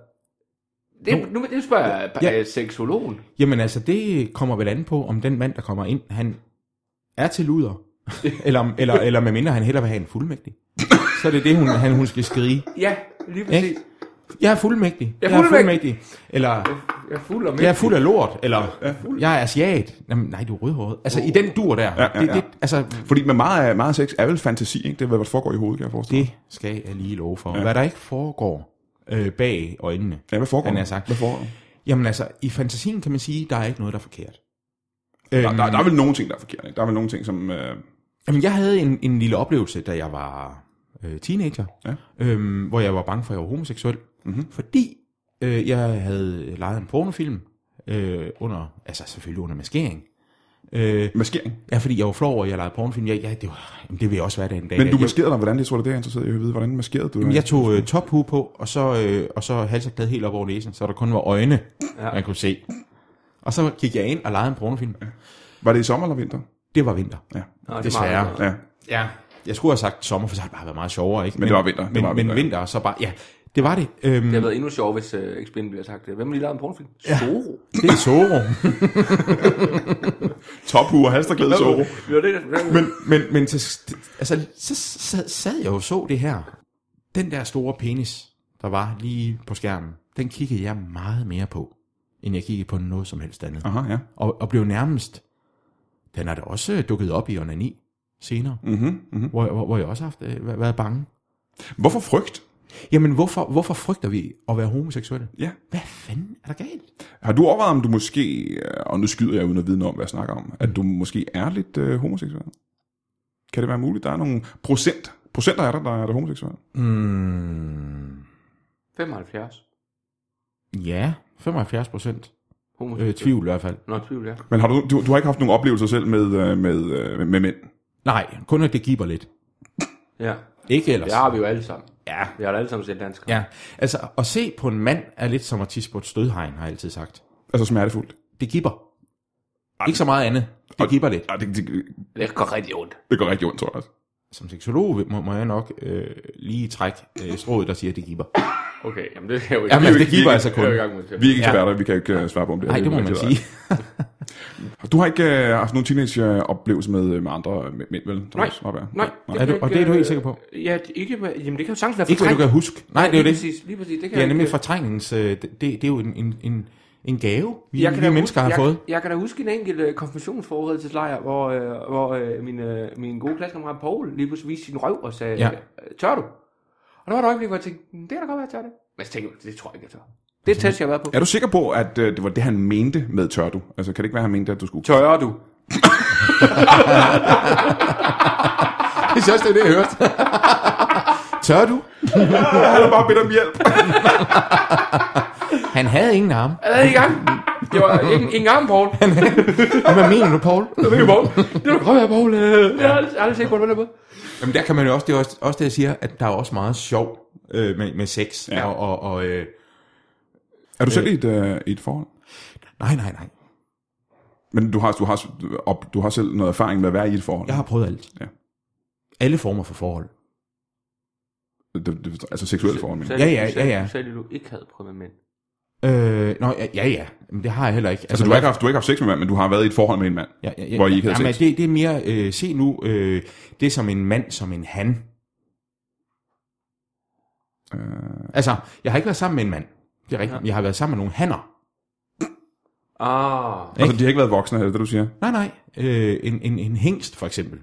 [SPEAKER 2] det, nu, det spørger jeg ja.
[SPEAKER 3] Ja.
[SPEAKER 2] seksologen.
[SPEAKER 3] jamen altså, det kommer vel an på, om den mand, der kommer ind, han er til
[SPEAKER 1] [LAUGHS]
[SPEAKER 3] luder. eller, om- eller, eller med mindre han hellere vil have en fuldmægtig. Så er det det, hun, han, hun skal skrige.
[SPEAKER 2] Ja, lige præcis.
[SPEAKER 3] Ikke? Jeg er fuldmægtig.
[SPEAKER 2] Jeg
[SPEAKER 3] Jeg
[SPEAKER 2] er
[SPEAKER 3] er fuldmægtig. Eller,
[SPEAKER 2] Jeg er fuld om
[SPEAKER 3] jeg er fuld af lort. Eller, jeg er asiat. Jamen, nej, du er rødhåret. Altså, i den dur der.
[SPEAKER 1] Oh. ja, ja.
[SPEAKER 3] Det, det, altså,
[SPEAKER 1] Fordi med meget, af- meget sex er vel fantasi, ikke? Det er, hvad der foregår i hovedet, kan jeg forestille mig.
[SPEAKER 3] det skal jeg lige love for. Hvad der ikke foregår øh, bag øjnene.
[SPEAKER 1] Ja, hvad foregår
[SPEAKER 3] Han
[SPEAKER 1] der?
[SPEAKER 3] er sagt.
[SPEAKER 1] Hvad foregår der?
[SPEAKER 3] Jamen altså, i fantasien kan man sige, der er ikke noget, der er forkert. Øhm,
[SPEAKER 1] Der, der, der, er vel nogle ting, der er forkert, ikke? Der er vel nogle ting, som... Øh,
[SPEAKER 3] Jamen, jeg havde en, en lille oplevelse, da jeg var øh, teenager,
[SPEAKER 1] Ja. Mhm.
[SPEAKER 3] øhm, hvor jeg var bange for, at jeg var homoseksuel, mm-hmm. fordi øh, jeg havde lejet en pornofilm, øh, under, altså selvfølgelig under maskering, Øh,
[SPEAKER 1] Maskering.
[SPEAKER 3] ja, fordi jeg var flov over, at jeg lavede pornofilm. Jeg, ja, det, var, jamen, det vil jeg også være den dag.
[SPEAKER 1] Men du
[SPEAKER 3] jeg,
[SPEAKER 1] maskerede dig, hvordan? Jeg tror, det er det, jeg er interesseret i at vide. Hvordan maskerede du
[SPEAKER 3] Jamen,
[SPEAKER 1] dig?
[SPEAKER 3] jeg tog øh, tophue på, og så, øh, og så halserklæde helt op over næsen, så der kun var øjne, ja. man kunne se. Og så gik jeg ind og lejede en pornofilm.
[SPEAKER 1] Var det i sommer eller vinter?
[SPEAKER 3] Det var vinter.
[SPEAKER 1] Ja.
[SPEAKER 2] Nå, det er
[SPEAKER 3] Desværre.
[SPEAKER 2] meget-
[SPEAKER 1] Ja.
[SPEAKER 3] Ja. Jeg skulle have sagt sommer, for så har det bare været meget sjovere, ikke?
[SPEAKER 1] Men det var vinter. Det
[SPEAKER 3] men,
[SPEAKER 1] var
[SPEAKER 3] men
[SPEAKER 1] vinter, ja.
[SPEAKER 3] vinter, og så bare... Ja, det var det. Øhm,
[SPEAKER 2] Det har været endnu sjovere, hvis øh, Expedient ville have sagt det. Hvem har lige lavet en pornofilm? Ja. Zorro.
[SPEAKER 3] det er Zorro.
[SPEAKER 1] Tophue og halsterklæde Zorro.
[SPEAKER 2] Ja, det, er- det,
[SPEAKER 3] men, men, men til, [LAUGHS] altså, så sad, sad jeg jo og så det her. Den der store penis, der var lige på skærmen, den kiggede jeg meget mere på, end jeg kiggede på noget som helst andet.
[SPEAKER 1] Aha, ja.
[SPEAKER 3] Og, og blev nærmest, den er da også dukket op i onani senere,
[SPEAKER 1] Mm-hmm, mm-hmm.
[SPEAKER 3] hvor, hvor, hvor jeg også har haft, øh, væ- været bange.
[SPEAKER 1] Hvorfor frygt?
[SPEAKER 3] Jamen, hvorfor, hvorfor frygter vi at være homoseksuelle?
[SPEAKER 1] Ja.
[SPEAKER 3] Hvad fanden er der galt?
[SPEAKER 1] Har du overvejet, om du måske, øh, og nu skyder jeg uden at vide noget om, hvad jeg snakker om, at du måske er lidt øh, homoseksuel? Kan det være muligt? Der er nogle procent, procenter af dig, der er der homoseksuel.
[SPEAKER 3] Mm,
[SPEAKER 2] er 75.
[SPEAKER 3] ja, 75 procent.
[SPEAKER 2] Homo.
[SPEAKER 3] Øh, tvivl i hvert fald.
[SPEAKER 2] Nå, tvivl, ja.
[SPEAKER 1] Men har du, du, du har ikke haft nogen oplevelser selv med, øh, med, øh, med mænd?
[SPEAKER 3] Nej, kun at det giver lidt.
[SPEAKER 2] Ja,
[SPEAKER 3] Ikke ellers.
[SPEAKER 2] det har vi jo alle sammen.
[SPEAKER 3] ja,
[SPEAKER 2] Vi har da alle sammen set danskere.
[SPEAKER 3] Ja, altså at se på en mand er lidt som at tisse på et stødhegn, har jeg altid sagt.
[SPEAKER 1] Altså smertefuldt?
[SPEAKER 3] Det gipper. Ikke så meget andet. Det gipper lidt.
[SPEAKER 1] Ja, det, det,
[SPEAKER 2] Det går rigtig ondt.
[SPEAKER 1] det gør rigtig ondt, tror jeg. også.
[SPEAKER 3] Som seksolog må, må jeg nok øh, lige trække øh, strået, der siger, at det gipper.
[SPEAKER 2] Okay, jamen det er jo ikke...
[SPEAKER 3] Jamen, altså, det
[SPEAKER 1] vi-
[SPEAKER 3] gipper altså
[SPEAKER 2] det er
[SPEAKER 3] kun.
[SPEAKER 2] jo i gang med
[SPEAKER 1] Vi
[SPEAKER 2] det.
[SPEAKER 1] er ikke eksperter, vi kan ikke øh, svare på, om det er-
[SPEAKER 3] Nej, det må
[SPEAKER 1] er
[SPEAKER 3] man
[SPEAKER 1] rigtigt,
[SPEAKER 3] sige.
[SPEAKER 1] eller ej. Du har ikke øh, haft nogen teenage-oplevelse med, med andre øh, mænd, vel?
[SPEAKER 2] Nej. Nej,
[SPEAKER 1] Nej.
[SPEAKER 3] Er
[SPEAKER 2] kan
[SPEAKER 3] du-
[SPEAKER 2] jeg
[SPEAKER 3] og det er
[SPEAKER 2] ikke,
[SPEAKER 3] du helt sikker på?
[SPEAKER 2] øh, Ja, det- ikke, med- jamen det kan jo sagtens være
[SPEAKER 3] Ikke hvad du kan huske. Nej, det er
[SPEAKER 2] lige
[SPEAKER 3] jo det.
[SPEAKER 2] Præcis, lige præcis, det kan
[SPEAKER 3] Det er
[SPEAKER 2] jeg
[SPEAKER 3] nemlig
[SPEAKER 2] ikke-
[SPEAKER 3] fortrængnings... Øh, det, det det er jo en, en, en, en gave, vi,
[SPEAKER 2] Jeg kan
[SPEAKER 3] vi
[SPEAKER 2] da
[SPEAKER 3] mennesker
[SPEAKER 2] huske,
[SPEAKER 3] har
[SPEAKER 2] [LAUGHS]
[SPEAKER 3] fået.
[SPEAKER 2] Jeg, jeg kan da huske en enkelt øh, konfirmationsforberedelseslejr, hvor, øh, hvor øh, min, øh, min gode klassekammerat Paul lige pludselig viste sin røv og sagde,
[SPEAKER 3] Ja.
[SPEAKER 2] ja. tør du? Og der var et øjeblik, hvor jeg tænkte, "Hmm, det kan da godt være, jeg tør det. Men så tænkte jeg, det tror jeg ikke, jeg tør. Det er et test, jeg har været på.
[SPEAKER 1] Er du sikker på, at øh, det var det, han mente med tør du? Altså, kan det ikke være, han mente, at du skulle...
[SPEAKER 2] Tør du?
[SPEAKER 3] Det er også det, jeg hørte. Tør du?
[SPEAKER 1] Han har bare bedt om hjælp.
[SPEAKER 3] [LAUGHS] Han havde ingen arme.
[SPEAKER 2] Er det i gang? Det var ikke ikke engang,
[SPEAKER 3] [LAUGHS]
[SPEAKER 2] Paul.
[SPEAKER 3] Hvad mener du, Paul?
[SPEAKER 2] Det var ikke Paul. Det var godt være, Paul. Øh, Jeg har aldrig- aldrig set på det på den måde.
[SPEAKER 3] Jamen der kan man jo også, det er også, også det jeg siger, at der er også meget sjov øh, med, med sex. Ja. Og, og, og, øh,
[SPEAKER 1] er du selv i et, øh, i et forhold?
[SPEAKER 3] nej, nej, nej.
[SPEAKER 1] Men du har, du, har, op, du har selv noget erfaring med at være i et forhold?
[SPEAKER 3] Jeg har prøvet alt.
[SPEAKER 1] Ja.
[SPEAKER 3] Alle former for forhold.
[SPEAKER 1] Det, det, altså seksuelle forhold, men.
[SPEAKER 2] Selv-
[SPEAKER 3] Ja, ja, ja, ja.
[SPEAKER 2] selv- Selv du ikke havde prøvet med mænd.
[SPEAKER 3] Øh, nå, ja, ja, ja. Men det har jeg heller ikke.
[SPEAKER 1] Altså, du har,
[SPEAKER 3] jeg,
[SPEAKER 1] ikke haft, du har ikke haft sex med en mand, men du har været i et forhold med en mand.
[SPEAKER 3] ja, ja, ja,
[SPEAKER 1] hvor I ikke havde
[SPEAKER 3] jamen,
[SPEAKER 1] sex?
[SPEAKER 3] Det, det er mere, øh, se nu, øh, det er som en mand, som en han. Øh. Altså, jeg har ikke været sammen med en mand. Det er rigtigt. Ja. Jeg har været sammen med nogle hanner.
[SPEAKER 2] Ah,
[SPEAKER 1] Altså, de har ikke været voksne, er det det, du siger?
[SPEAKER 3] Nej, nej. Øh, en, en, en hængst, for eksempel.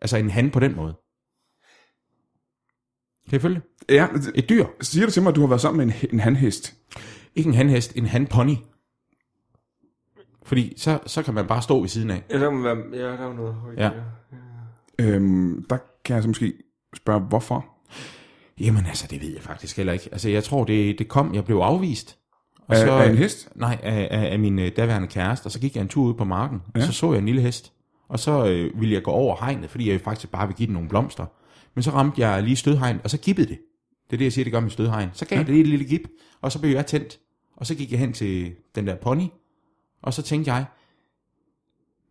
[SPEAKER 3] Altså en han på den måde. Kan I følge det?
[SPEAKER 1] Ja,
[SPEAKER 3] Et dyr.
[SPEAKER 1] siger du til mig, at du har været sammen med en, en handhest?
[SPEAKER 3] Ikke en hanhest, en hanpony. Fordi så, så kan man bare stå ved siden af.
[SPEAKER 2] ja, der må være, ja, der var noget højt.
[SPEAKER 3] Ja.
[SPEAKER 1] Øhm, der kan jeg så måske spørge, hvorfor?
[SPEAKER 3] Jamen altså, det ved jeg faktisk heller ikke. Altså jeg tror, det, det kom, jeg blev afvist. Og
[SPEAKER 1] Af, af en hest?
[SPEAKER 3] Nej, af, af, af min øh, daværende kæreste. Og så gik jeg en tur ud på marken, ja. og så så jeg en lille hest. Og så øh, ville jeg gå over hegnet, fordi jeg jo faktisk bare ville give den nogle blomster. Men så ramte jeg lige stødhegn, og så gibbede det. Det er det, jeg siger, det gør med stødhegn. Så gav ja. det lige et lille gib, og så blev jeg tændt. Og så gik jeg hen til den der pony, og så tænkte jeg,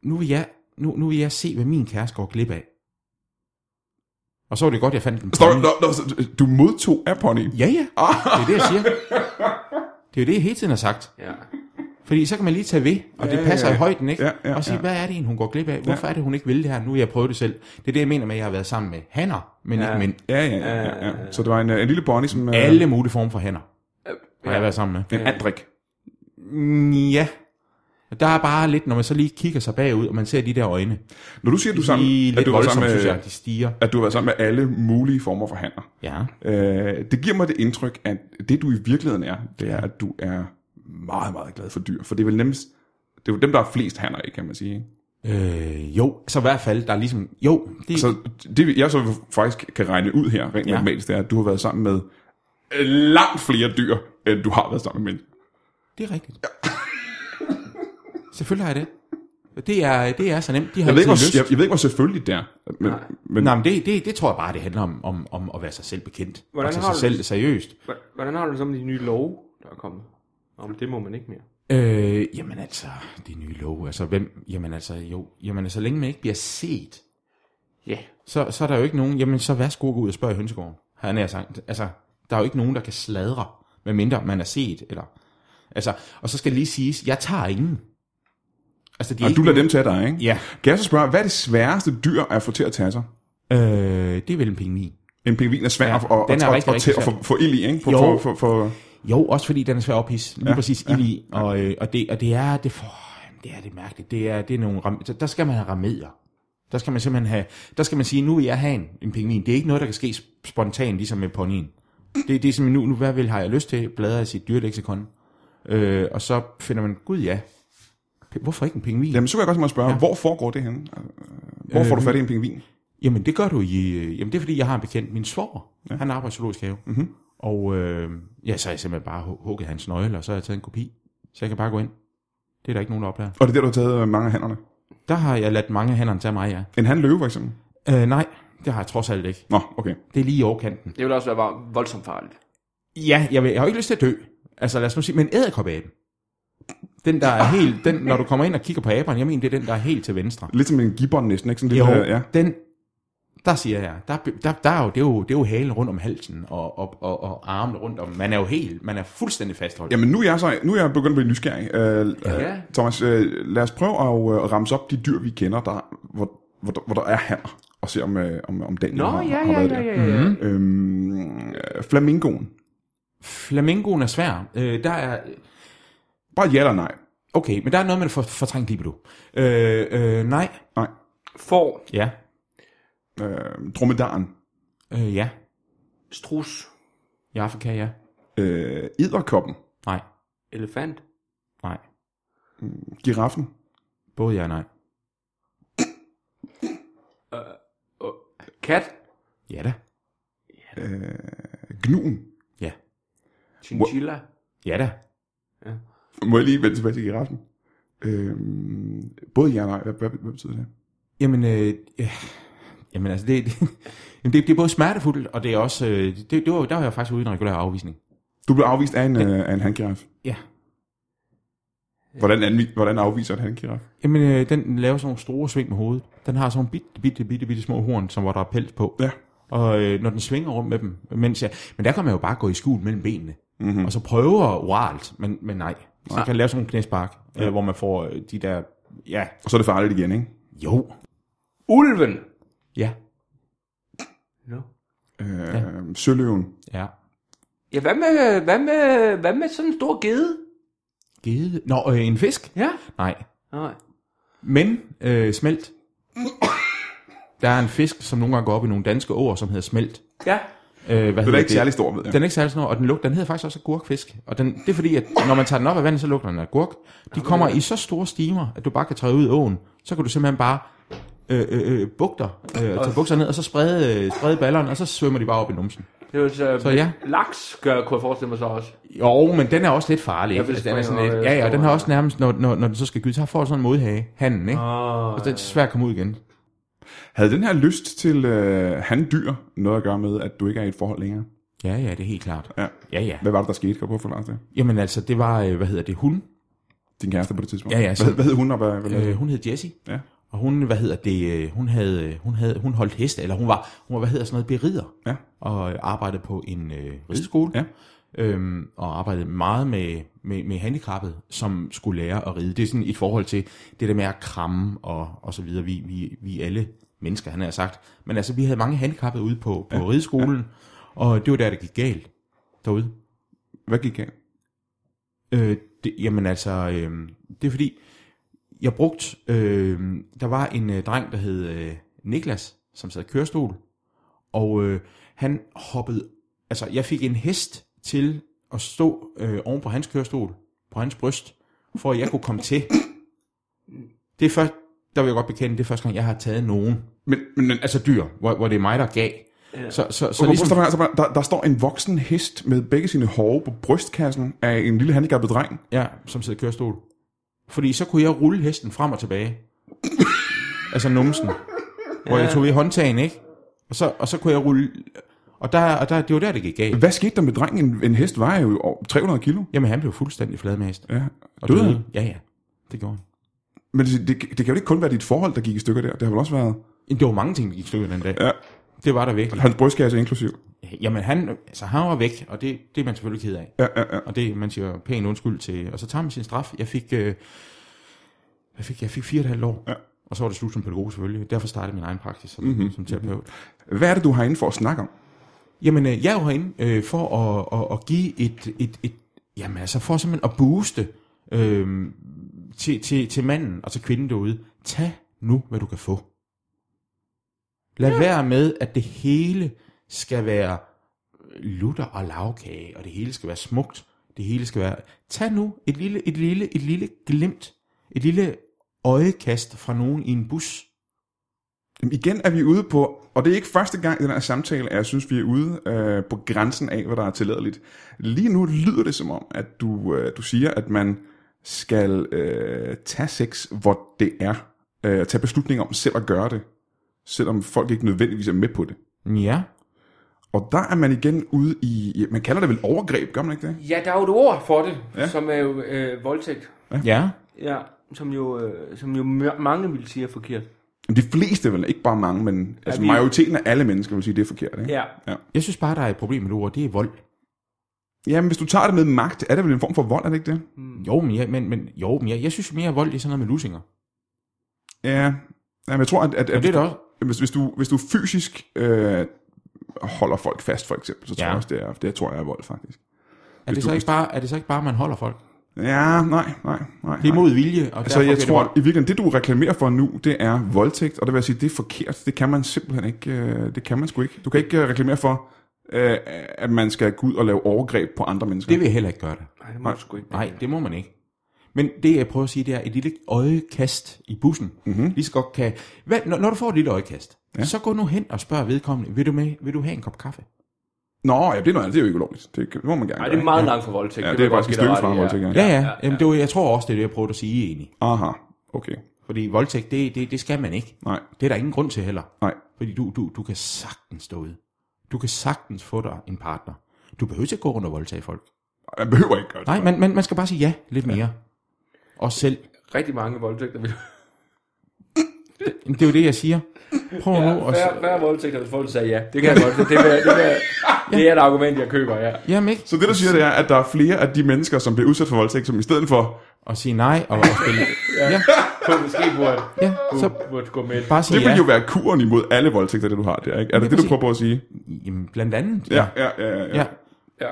[SPEAKER 3] nu vil jeg, nu, nu vil jeg se, hvad min kæreste går glip af. Og så var det godt, jeg fandt den
[SPEAKER 1] Stop, no, no, du modtog af pony.
[SPEAKER 3] Ja, ja. Det er det, jeg siger. Det er jo det, jeg hele tiden har sagt.
[SPEAKER 2] Ja.
[SPEAKER 3] Fordi så kan man lige tage ved, og det
[SPEAKER 1] Ja,
[SPEAKER 3] passer
[SPEAKER 1] ja,
[SPEAKER 3] i
[SPEAKER 1] ja.
[SPEAKER 3] højden, ikke?
[SPEAKER 1] Ja, ja,
[SPEAKER 3] og sige,
[SPEAKER 1] ja.
[SPEAKER 3] hvad er det, en, hun går glip af? Hvorfor er det, hun ikke vil det her? Nu har jeg prøvet det selv. Det er det, jeg mener med, at jeg har været sammen med hanner, men ikke mænd.
[SPEAKER 1] Ja, ja, ja, ja, ja. Så det var en, øh, en lille pony, som... øh,
[SPEAKER 3] Alle mulige former for hanner har jeg været sammen med.
[SPEAKER 1] En andrik.
[SPEAKER 3] Mm, Ja. Der er bare lidt, når man så lige kigger sig bagud, og man ser de der øjne.
[SPEAKER 1] Når du siger, at du, er sammen,
[SPEAKER 3] De er
[SPEAKER 1] at
[SPEAKER 3] lidt
[SPEAKER 1] du, var sammen
[SPEAKER 3] voldsomme, synes
[SPEAKER 1] med,
[SPEAKER 3] jeg. De stiger.
[SPEAKER 1] at du har været sammen med alle mulige former for handler,
[SPEAKER 3] Ja.
[SPEAKER 1] Øh, det giver mig det indtryk, at det du i virkeligheden er, det er, at du er meget, meget glad for dyr. For det er vel nemmest, det er jo dem, der er flest hanner i, kan man sige. Ikke?
[SPEAKER 3] Øh, jo, så i hvert fald, der er ligesom... Jo, det,
[SPEAKER 1] Så det, jeg så faktisk kan regne ud her, rent ja.
[SPEAKER 3] Ja.
[SPEAKER 1] matematisk, det er, at du har været sammen med øh, langt flere dyr, end du har været sammen med mænd.
[SPEAKER 3] det er rigtigt. Selvfølgelig har jeg det. Det er, det er så nemt. De har
[SPEAKER 1] Jeg ved, ikke,
[SPEAKER 3] altid
[SPEAKER 1] hvor, jeg,
[SPEAKER 3] lyst.
[SPEAKER 1] jeg ved ikke, hvor selvfølgelig det er. Men,
[SPEAKER 2] Nej.
[SPEAKER 1] men
[SPEAKER 3] Nej, men det, det, det tror jeg bare, det handler om, om, om at være sig selv bekendt.
[SPEAKER 2] Hvordan
[SPEAKER 3] og tage
[SPEAKER 2] har
[SPEAKER 3] sig
[SPEAKER 2] du
[SPEAKER 3] selv
[SPEAKER 2] det?
[SPEAKER 3] seriøst.
[SPEAKER 2] Hva- Hvordan har du det så med de nye love, der er kommet? Om det må man ikke mere.
[SPEAKER 3] Øh, jamen altså, det er nye lov. Altså, hvem, jamen altså, jo. Jamen, så længe man ikke bliver set,
[SPEAKER 2] Ja. Yeah.
[SPEAKER 3] så, så er der jo ikke nogen, jamen så værsgo gå ud og spørg i hønsegården. Han er sagt, altså, der er jo ikke nogen, der kan sladre, medmindre man er set, eller, altså, og så skal lige siges, jeg tager ingen. Altså, de er
[SPEAKER 1] og du lader dem tage dig, ikke?
[SPEAKER 3] Ja,
[SPEAKER 1] Kan jeg så spørge, hvad er det sværeste dyr at få til at tage sig?
[SPEAKER 3] øh, det er vel en pingvin.
[SPEAKER 1] En pingvin er svær
[SPEAKER 3] Ja,
[SPEAKER 1] at, og,
[SPEAKER 3] den er
[SPEAKER 1] og,
[SPEAKER 3] rigtig,
[SPEAKER 1] og, til,
[SPEAKER 3] rigtig
[SPEAKER 1] at få, få ild i, ikke? For,
[SPEAKER 3] Jo.
[SPEAKER 1] for, for, for,
[SPEAKER 3] Jo, også fordi den er svær at ophidse. Lige
[SPEAKER 1] Ja,
[SPEAKER 3] ja, præcis ja, i. Og, øh, og, det, og det er det, for, jamen, det er det mærkeligt. Det er, det er nogle ram, der- der skal man have remedier. Der skal man simpelthen have, der skal man sige, nu vil jeg have en, en pingvin. Det er ikke noget, der kan ske sp- spontant, ligesom med ponyen. Det, det er simpelthen nu, nu hvad vil, har jeg lyst til, bladrer i sit dyrleksikon. Øh, og så finder man, gud ja, p- hvorfor ikke en pingvin?
[SPEAKER 1] Jamen, så kan jeg godt tænke mig at spørge, ja. hvor foregår det henne? Altså, Hvor
[SPEAKER 3] Øh,
[SPEAKER 1] får du fat i en pingvin?
[SPEAKER 3] Jamen, det gør du i... øh, Jamen, det er, fordi jeg har en bekendt, min svoger. Ja. Han arbejder i zoologisk have. Mm-hmm. Og øh, ja, så har jeg simpelthen bare hu- hugget hans nøgle, og så har jeg taget en kopi. Så jeg kan bare gå ind. Det er der ikke nogen, der opdager.
[SPEAKER 1] Og det er der, du har taget øh, mange af hænderne.
[SPEAKER 3] Der har jeg ladt mange af hænderne tage mig, ja.
[SPEAKER 1] En han løve, for eksempel.
[SPEAKER 3] Øh, nej, det har jeg trods alt ikke.
[SPEAKER 1] Nå, okay.
[SPEAKER 3] Det er lige i overkanten.
[SPEAKER 2] Det ville også være bare voldsomt farligt.
[SPEAKER 3] Ja, jeg, vil, jeg har jo ikke lyst til at dø. Altså, lad os nu sige, men æderkopaben. Den, der er helt... Den, når du kommer ind og kigger på aberen, jeg mener, det er den, der er helt til venstre.
[SPEAKER 1] Lidt som en gibbon næsten, ikke? Sådan
[SPEAKER 3] Jo,
[SPEAKER 1] lidt, øh, ja.
[SPEAKER 3] den, der siger jeg, der, der, der er jo, det, er jo, det er jo halen rundt om halsen og, og, og, og armene rundt om. Man er jo helt, man er fuldstændig fastholdt.
[SPEAKER 1] Jamen, nu er jeg, så, nu er jeg begyndt at blive nysgerrig. Øh, ja.
[SPEAKER 2] Ja.
[SPEAKER 1] Thomas, øh, lad os prøve at øh, at ramse op de dyr, vi kender, der, hvor, hvor, der- hvor der er hanner, og se om, øh, om, om Daniel
[SPEAKER 2] Nå,
[SPEAKER 1] har,
[SPEAKER 2] ja,
[SPEAKER 1] har
[SPEAKER 2] ja,
[SPEAKER 1] været
[SPEAKER 2] ja,
[SPEAKER 1] der.
[SPEAKER 2] ja, ja. Mm.
[SPEAKER 1] Øhm, øh, flamingoen.
[SPEAKER 3] Flamingoen er svær. Øh, der er,
[SPEAKER 1] Bare ja eller nej.
[SPEAKER 3] okay, men der er noget med det for, fortrængt libido. Øh, øh, nej.
[SPEAKER 1] Nej.
[SPEAKER 2] Får,
[SPEAKER 3] Ja.
[SPEAKER 1] Øh, dromedaren.
[SPEAKER 3] Øh, ja.
[SPEAKER 2] strus,
[SPEAKER 3] I Afrika, ja.
[SPEAKER 1] Øh, edderkoppen.
[SPEAKER 3] Nej.
[SPEAKER 2] elefant,
[SPEAKER 3] Nej.
[SPEAKER 1] Giraffen.
[SPEAKER 3] Både ja og nej.
[SPEAKER 2] kat,
[SPEAKER 3] Ja da.
[SPEAKER 1] Øh, Gnuen.
[SPEAKER 3] Ja.
[SPEAKER 2] chinchilla,
[SPEAKER 3] Ja da.
[SPEAKER 1] Må jeg lige vende tilbage til giraffen? Øhm, både ja og nej. Hvad, hvad, hvad betyder det?
[SPEAKER 3] Jamen, øh, ja. Jamen altså, det, [LAUGHS] det, jamen, det, det er både smertefuldt, og det er også, øh, det, det var, der var jeg faktisk ude i en regulær afvisning.
[SPEAKER 1] Du blev afvist af en, øh, af en handgiraf.
[SPEAKER 3] Ja.
[SPEAKER 1] Hvordan, anvi- hvordan afviser et handgiraf?
[SPEAKER 3] Jamen, øh, den laver sådan nogle store sving med hovedet. Den har sådan nogle bitte, bitte, bitte, bitte små horn, som hvor der er pels på.
[SPEAKER 1] Ja.
[SPEAKER 3] Og øh, når den svinger rundt med dem, mens jeg... Men der kan man jo bare gå i skjul mellem benene.
[SPEAKER 1] Mhm. Mm.
[SPEAKER 3] Mm-hmm. Og så prøve oralt, men, men nej. Så kan jeg lave sådan nogle knæspark, ja. øh, hvor man får øh, de der... Ja,
[SPEAKER 1] Og så er det farligt igen, ikke?
[SPEAKER 3] jo.
[SPEAKER 2] ulven.
[SPEAKER 3] Ja,
[SPEAKER 2] No.
[SPEAKER 1] Øh, ja. Søløven.
[SPEAKER 3] ja.
[SPEAKER 2] Ja, hvad med, hvad, med, hvad med sådan en stor gede?
[SPEAKER 3] Gede. Nå, øh, en fisk?
[SPEAKER 2] Ja.
[SPEAKER 3] Nej.
[SPEAKER 2] Nej.
[SPEAKER 3] Men øh, smelt. Der er en fisk, som nogle gange går op i nogle danske ord, som hedder smelt.
[SPEAKER 2] Ja.
[SPEAKER 3] Øh, hvad
[SPEAKER 1] Den er ikke særlig stor, ved jeg.
[SPEAKER 3] Den er ikke særlig snor, og den lugter, den hedder faktisk også agurkfisk. Og den, det er fordi, at når man tager den op af vandet, så lugter den af agurk. De kommer i så store stimer, at du bare kan træde ud af åen. Så kan du simpelthen bare øh, øh, øh, bugter, øh, og tage bukser ned, og så sprede, øh, sprede ballerne, og så svømmer de bare op i numsen.
[SPEAKER 2] Det er jo så,
[SPEAKER 3] Så ja.
[SPEAKER 2] Laks gør, kunne jeg forestille mig så også.
[SPEAKER 3] Jo, men den er også lidt farlig.
[SPEAKER 2] Ja,
[SPEAKER 3] Ikke?
[SPEAKER 2] hvis
[SPEAKER 3] Altså, den
[SPEAKER 2] man er,
[SPEAKER 3] er sådan lidt,
[SPEAKER 2] øh,
[SPEAKER 3] ja, ja,
[SPEAKER 2] stor,
[SPEAKER 3] den har
[SPEAKER 2] ja.
[SPEAKER 3] også nærmest, når, når, når den så skal gyde, så får den sådan en modhage, handen, ikke?
[SPEAKER 2] Åh,
[SPEAKER 3] Og så er det svært at komme ud igen.
[SPEAKER 1] Havde den her lyst til øh, handdyr noget at gøre med, at du ikke er i et forhold længere?
[SPEAKER 3] Ja, ja, det er helt klart.
[SPEAKER 1] Ja.
[SPEAKER 3] Ja, ja.
[SPEAKER 1] Hvad var det, der skete? Kan du prøve at forklare det?
[SPEAKER 3] Jamen altså, det var, øh, hvad hedder det, hun,
[SPEAKER 1] Din kæreste på det tidspunkt.
[SPEAKER 3] Ja, ja,
[SPEAKER 1] Hvad,
[SPEAKER 3] så-
[SPEAKER 1] hvad hed hun? Og hvad, hvad
[SPEAKER 3] Øh,
[SPEAKER 1] øh.
[SPEAKER 3] hun hed Jessie.
[SPEAKER 1] Ja.
[SPEAKER 3] Og hun, hvad hedder det, øh, hun havde, øh, hun havde, hun holdt heste, eller hun var, hun var, hvad hedder sådan noget, berider.
[SPEAKER 1] Ja.
[SPEAKER 3] Og øh, arbejdede på en øh, rideskole.
[SPEAKER 1] Ja.
[SPEAKER 3] Øhm, og arbejdede meget med, med, med handicappede, som skulle lære at ride. Det er sådan et forhold til det der med at kramme og, og så videre. Vi, vi, vi er alle mennesker, han har sagt. Men altså, vi havde mange handicappede ude på, på ja. rideskolen, ja. og det var der, det gik galt derude.
[SPEAKER 1] hvad gik af?
[SPEAKER 3] Øh, det, jamen altså, øh, det er fordi, jeg brugte, øh, der var en øh, dreng, der hed øh, Niklas, som sad i kørestol, og øh, han hoppede, altså jeg fik en hest til at stå øh, oven på hans kørestol, på hans bryst, for at jeg kunne komme til. Det er først, der vil jeg godt bekende, det er første gang, jeg har taget nogen,
[SPEAKER 1] Men, men, men altså,
[SPEAKER 3] altså dyr, hvor, hvor det er mig, der gav. Så, så, så
[SPEAKER 1] så
[SPEAKER 3] ligesom,
[SPEAKER 1] ligesom... altså, der, der står en voksen hest med begge sine hove på brystkassen af en lille handicappet dreng.
[SPEAKER 3] ja, som sidder i kørestol. Fordi så kunne jeg rulle hesten frem og tilbage. altså numsen. Hvor jeg tog i håndtagen, ikke? Og så, og så kunne jeg rulle... Og, der, og der, det var der, det gik galt.
[SPEAKER 1] Hvad skete der med drengen? En, en hest vejer jo over 300 kilo.
[SPEAKER 3] Jamen, han blev fuldstændig fladmast.
[SPEAKER 1] Ja.
[SPEAKER 3] Og
[SPEAKER 1] Døde han?
[SPEAKER 3] Ja, ja. Det gjorde han.
[SPEAKER 1] Men det, det, det kan jo ikke kun være dit forhold, der gik i stykker der. Det har vel også været
[SPEAKER 3] Det var mange ting, der gik i stykker den dag.
[SPEAKER 1] Ja.
[SPEAKER 3] Det var der virkelig.
[SPEAKER 1] hans brystkasse inklusiv.
[SPEAKER 3] Jamen, han, altså, han var væk, og det, det er man selvfølgelig ked af.
[SPEAKER 1] Ja, ja, ja.
[SPEAKER 3] Og det, man siger pæn undskyld til. Og så tager man sin straf. Jeg fik, øh, jeg fik, jeg fik fire og et halvt år.
[SPEAKER 1] Ja. Mhm.
[SPEAKER 3] Og så var det slut som pædagog selvfølgelig. Derfor startede min egen praksis som, mm-hmm. som terapeut.
[SPEAKER 1] Hvad er det, du har inde for at snakke om?
[SPEAKER 3] Jamen, øh, jeg er jo herinde øh, for at, at, at give et, et, et... Jamen, altså for simpelthen at booste øh, til, til, til manden og til kvinden derude. Tag nu, hvad du kan få. Lad ja. være med, at det hele skal være lutter og lavkage, og det hele skal være smukt. Det hele skal være... Tag nu et lille, et lille, et lille glimt. Et lille øjekast fra nogen i en bus.
[SPEAKER 1] Jamen igen er vi ude på, og det er ikke første gang i den her samtale, at jeg synes, vi er ude øh, på grænsen af, hvad der er tilladeligt. Lige nu lyder det som om, at du, øh, du siger, at man skal øh, tage sex, hvor det er. Øh, tage beslutninger om selv at gøre det, selvom folk ikke nødvendigvis er med på det.
[SPEAKER 3] Ja.
[SPEAKER 1] Og der er man igen ude i, ja, man kalder det vel overgreb, gør man ikke det?
[SPEAKER 2] Ja, der er jo et ord for det,
[SPEAKER 1] Ja.
[SPEAKER 2] ja. som er jo øh, voldtægt.
[SPEAKER 3] Ja.
[SPEAKER 2] Ja, som jo, øh, som jo mør- mange vil sige er forkert.
[SPEAKER 1] Men De fleste vel, ikke bare mange, men altså,
[SPEAKER 2] vi-
[SPEAKER 1] majoriteten af alle mennesker vil sige, det er forkert. Ikke?
[SPEAKER 2] Ja.
[SPEAKER 3] Jeg synes bare, der er et problem med det ord. Det er vold.
[SPEAKER 1] Jamen, hvis du tager det med magt, er det vel en form for vold, er det ikke det?
[SPEAKER 3] Jo, men, jeg, men, men, jo, men jeg, jeg synes mere vold i sådan noget med lusinger.
[SPEAKER 1] Ja, Jamen, jeg tror, at, at,
[SPEAKER 3] Men
[SPEAKER 1] at
[SPEAKER 3] det er da også...
[SPEAKER 1] hvis, hvis, du, hvis du fysisk øh, holder folk fast, for eksempel, så tror
[SPEAKER 3] Ja.
[SPEAKER 1] jeg også, det er, det tror jeg er vold, faktisk.
[SPEAKER 3] Er det,
[SPEAKER 1] du-
[SPEAKER 3] så ikke bare, er det så ikke bare, man holder folk?
[SPEAKER 1] Ja, nej, nej, nej.
[SPEAKER 3] Det er
[SPEAKER 1] nej.
[SPEAKER 3] mod vilje, og
[SPEAKER 1] Altså,
[SPEAKER 3] derfor
[SPEAKER 1] jeg
[SPEAKER 3] bliver
[SPEAKER 1] tror,
[SPEAKER 3] det
[SPEAKER 1] at i virkeligheden, det du reklamerer for nu, det er voldtægt, og det vil jeg sige, det er forkert. Det kan man simpelthen ikke, øh, det kan man sgu ikke. Du kan ikke øh, reklamere for, øh, at man skal gå ud og lave overgreb på andre mennesker.
[SPEAKER 3] vold. Det vil jeg heller ikke gøre det.
[SPEAKER 2] Nej, det må du sgu ikke.
[SPEAKER 3] Nej, det må man ikke. Men det, jeg prøver at sige, det er et lille øjekast i bussen. Mm-hmm. Lige så godt kan... Hvad, når, når du får et lille øjekast, ja. så gå nu hen og spørg vedkommende, vil du, med, vil du have en kop kaffe?
[SPEAKER 1] Nå, ja, det er noget andet. Det er jo ikke ulovligt. Det, kan- det må man gerne
[SPEAKER 2] Nej,
[SPEAKER 1] gøre,
[SPEAKER 2] det er
[SPEAKER 1] ikke?
[SPEAKER 2] meget langt fra voldtægt.
[SPEAKER 1] Ja, det,
[SPEAKER 2] vil
[SPEAKER 1] er
[SPEAKER 2] jeg
[SPEAKER 1] faktisk et
[SPEAKER 2] godt give
[SPEAKER 1] stykke
[SPEAKER 2] dig
[SPEAKER 1] fra
[SPEAKER 2] ret i,
[SPEAKER 1] voldtægt.
[SPEAKER 3] Ja, ja. ja, Jamen, det var, jeg tror også, det er det, jeg prøvede at sige egentlig.
[SPEAKER 1] Aha, okay.
[SPEAKER 3] Fordi voldtægt, det, det, det skal man ikke.
[SPEAKER 1] Nej,
[SPEAKER 3] Det er der ingen grund til heller.
[SPEAKER 1] nej.
[SPEAKER 3] Fordi du, du, du kan sagtens stå ud. Du kan sagtens få dig en partner. Du behøver ikke at gå rundt og voldtage folk.
[SPEAKER 1] Man behøver ikke gøre det.
[SPEAKER 3] Nej, man, man, man skal bare sige ja lidt mere. Ja. Og selv.
[SPEAKER 2] Rigtig mange voldtægter vil...
[SPEAKER 3] Det er jo det, jeg siger. Prøv ja, nu at...
[SPEAKER 2] Hver, hver voldtægt, hvis folk sagde ja, det kan jeg godt. Det, vil, jeg- det, vil, jeg- det er et argument, jeg køber, ja.
[SPEAKER 3] Jamen ikke.
[SPEAKER 1] Så det, du siger, det er, at der er flere af de mennesker, som bliver udsat for voldtægt, som i stedet for...
[SPEAKER 3] Og sige nej og, og spille... ja,
[SPEAKER 2] Så måske burde,
[SPEAKER 3] ja, så
[SPEAKER 2] burde, burde gå med.
[SPEAKER 3] bare sige
[SPEAKER 1] Det vil
[SPEAKER 3] ja.
[SPEAKER 1] jo være kuren imod alle voldtægter, det du har der, ikke? Er det det, du
[SPEAKER 3] præcis.
[SPEAKER 1] prøver på at sige?
[SPEAKER 3] Jamen, blandt andet.
[SPEAKER 1] Ja, ja, ja. Ja, ja.
[SPEAKER 3] ja.
[SPEAKER 2] Ja.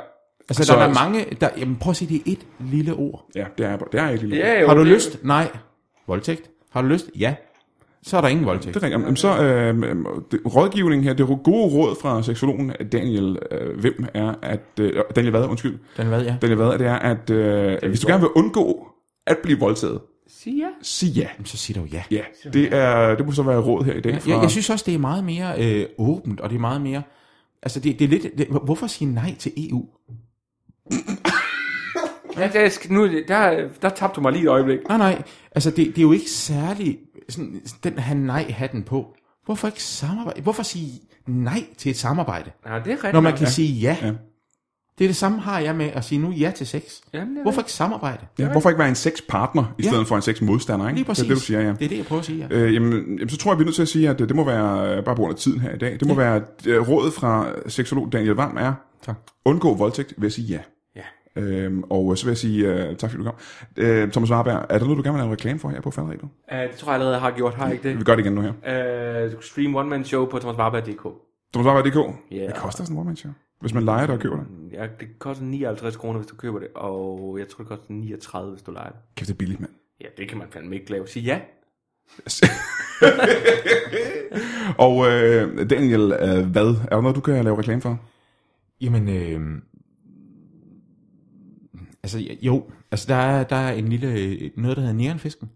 [SPEAKER 3] Altså,
[SPEAKER 1] Så-
[SPEAKER 3] der er der mange... Der, jamen, prøv at sige, det er et lille ord.
[SPEAKER 1] ja det er, det er ikke lille.
[SPEAKER 2] Ja, jo,
[SPEAKER 3] Har du
[SPEAKER 2] det-
[SPEAKER 3] lyst? Nej. Voldtægt. Har du lyst? Ja. Så er der ingen voldtægt.
[SPEAKER 1] Det er rigtigt. Jamen, så øh, øh, det- rådgivningen her, det gode råd fra seksologen Daniel øh, Vim er, at... Øh, Daniel Vad, undskyld.
[SPEAKER 3] Den hvad, ja.
[SPEAKER 1] Daniel Vad, det er, at øh, hvis du gerne vil undgå at blive voldtaget,
[SPEAKER 2] Sig ja.
[SPEAKER 1] sig ja.
[SPEAKER 3] Jamen, så sig dog ja.
[SPEAKER 1] Ja, det, er, det må så være råd her i dag. Fra,
[SPEAKER 3] Jeg, jeg synes også, det er meget mere øh, åbent, og det er meget mere... Altså, det, det er lidt... Det, hvorfor sige nej til E EU?
[SPEAKER 2] ja der, skal- nu, der, der tabte du mig lige et øjeblik.
[SPEAKER 3] Nej, nej. Altså, det, det er jo ikke særlig... Sådan, den han nej-hatten på. Hvorfor ikke samarbejde? Hvorfor sige nej til et samarbejde?
[SPEAKER 2] Nej, det er rigtigt.
[SPEAKER 3] Når man
[SPEAKER 2] nok.
[SPEAKER 3] kan ja. sige ja.
[SPEAKER 1] Ja.
[SPEAKER 3] ja. Det er det samme har jeg med at sige nu ja til sex.
[SPEAKER 2] Jamen, det er
[SPEAKER 3] Hvorfor ikke samarbejde?
[SPEAKER 1] Ja, hvorfor ikke være en sexpartner i
[SPEAKER 3] Ja.
[SPEAKER 1] stedet for en sexmodstander, ikke?
[SPEAKER 3] Lige præcis.
[SPEAKER 1] Det er det, du siger, ja.
[SPEAKER 3] Det er det, jeg prøver at sige, ja.
[SPEAKER 1] Øh, jamen, jamen, så tror jeg, vi er nødt til at sige, at øh, det må være, øh, bare på grund af tiden her i dag, det må ja. være, at øh, rådet fra seksolog Daniel Vam er,
[SPEAKER 3] Tak.
[SPEAKER 1] undgå voldtægt ved at sige ja.
[SPEAKER 2] Ja.
[SPEAKER 1] Øhm, og så vil jeg sige øh, tak, fordi du kom. Øh, Thomas Warberg, er der noget, du gerne vil lave reklame for her på Fandredo?
[SPEAKER 2] Uh, det tror jeg allerede, jeg har gjort. Har jeg ikke det?
[SPEAKER 1] Vi gør det igen nu her.
[SPEAKER 2] Uh, du kan streame One Man Show på thomasvarberg.dk.
[SPEAKER 1] Thomas Warberg.dk.
[SPEAKER 2] Ja.
[SPEAKER 1] Hvad koster sådan en one show? Hvis man leger det og køber det.
[SPEAKER 2] Ja, det koster 59 kroner, hvis du køber det, og jeg tror, det koster 39, hvis du leger det.
[SPEAKER 1] Kæft, det er billigt, mand.
[SPEAKER 2] Ja, det kan man fandme ikke lave. Sig ja.
[SPEAKER 1] og øh, Daniel, øh, hvad? Er der noget, du kan lave reklame for?
[SPEAKER 3] Jamen, øh, altså jo, altså der er, der er en lille, øh, noget der hedder neonfisken.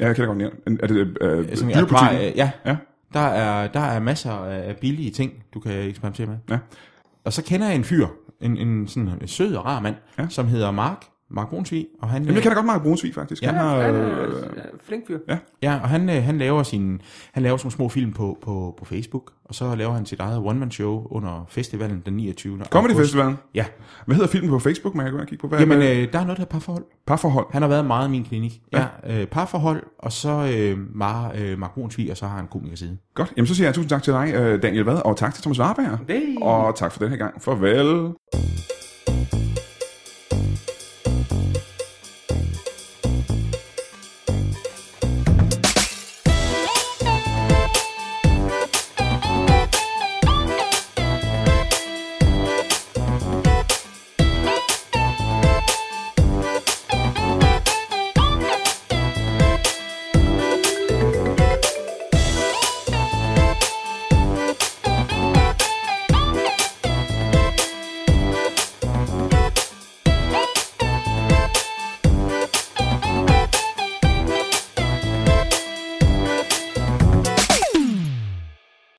[SPEAKER 1] Ja, jeg kan da godt nævne. Er det øh,
[SPEAKER 3] Som er
[SPEAKER 1] dyrebutikken?
[SPEAKER 3] akvarie- ja,
[SPEAKER 1] Ja.
[SPEAKER 3] Der er, der er masser af billige ting, du kan eksperimentere med.
[SPEAKER 1] Ja.
[SPEAKER 3] Og så kender jeg en fyr, en, en sådan sød og rar mand,
[SPEAKER 1] Ja.
[SPEAKER 3] ja. som hedder Mark Mark Brunsvig, og han...
[SPEAKER 1] Jamen, jeg kender godt Mark Brunsvig, faktisk. Ja. Han har,
[SPEAKER 2] Han
[SPEAKER 1] øh,
[SPEAKER 2] er øh, flink fyr.
[SPEAKER 3] Ja, og han, øh, han laver sin, han laver sådan nogle små film på, på, på Facebook, og så laver han sit eget one-man-show under festivalen den 29.
[SPEAKER 1] Comedy
[SPEAKER 3] august.
[SPEAKER 1] Festivalen.
[SPEAKER 3] Ja,
[SPEAKER 1] Hvad hedder filmen på Facebook, man kan gå ind og kigge på? Hvad,
[SPEAKER 3] jamen
[SPEAKER 1] hvad-
[SPEAKER 3] øh, der er noget, der hedder parforhold.
[SPEAKER 1] Parforhold.
[SPEAKER 3] Han har været meget i min klinik. Ja, øh, parforhold, og så øh, Mar, øh, Mark Brunsvig, og så har han en komikerside.
[SPEAKER 1] Godt. Jamen, så siger jeg tusind tak til dig, øh, Daniel Vad, og tak til Thomas Warberg.
[SPEAKER 2] Hey.
[SPEAKER 1] Og tak for den her gang. Farvel.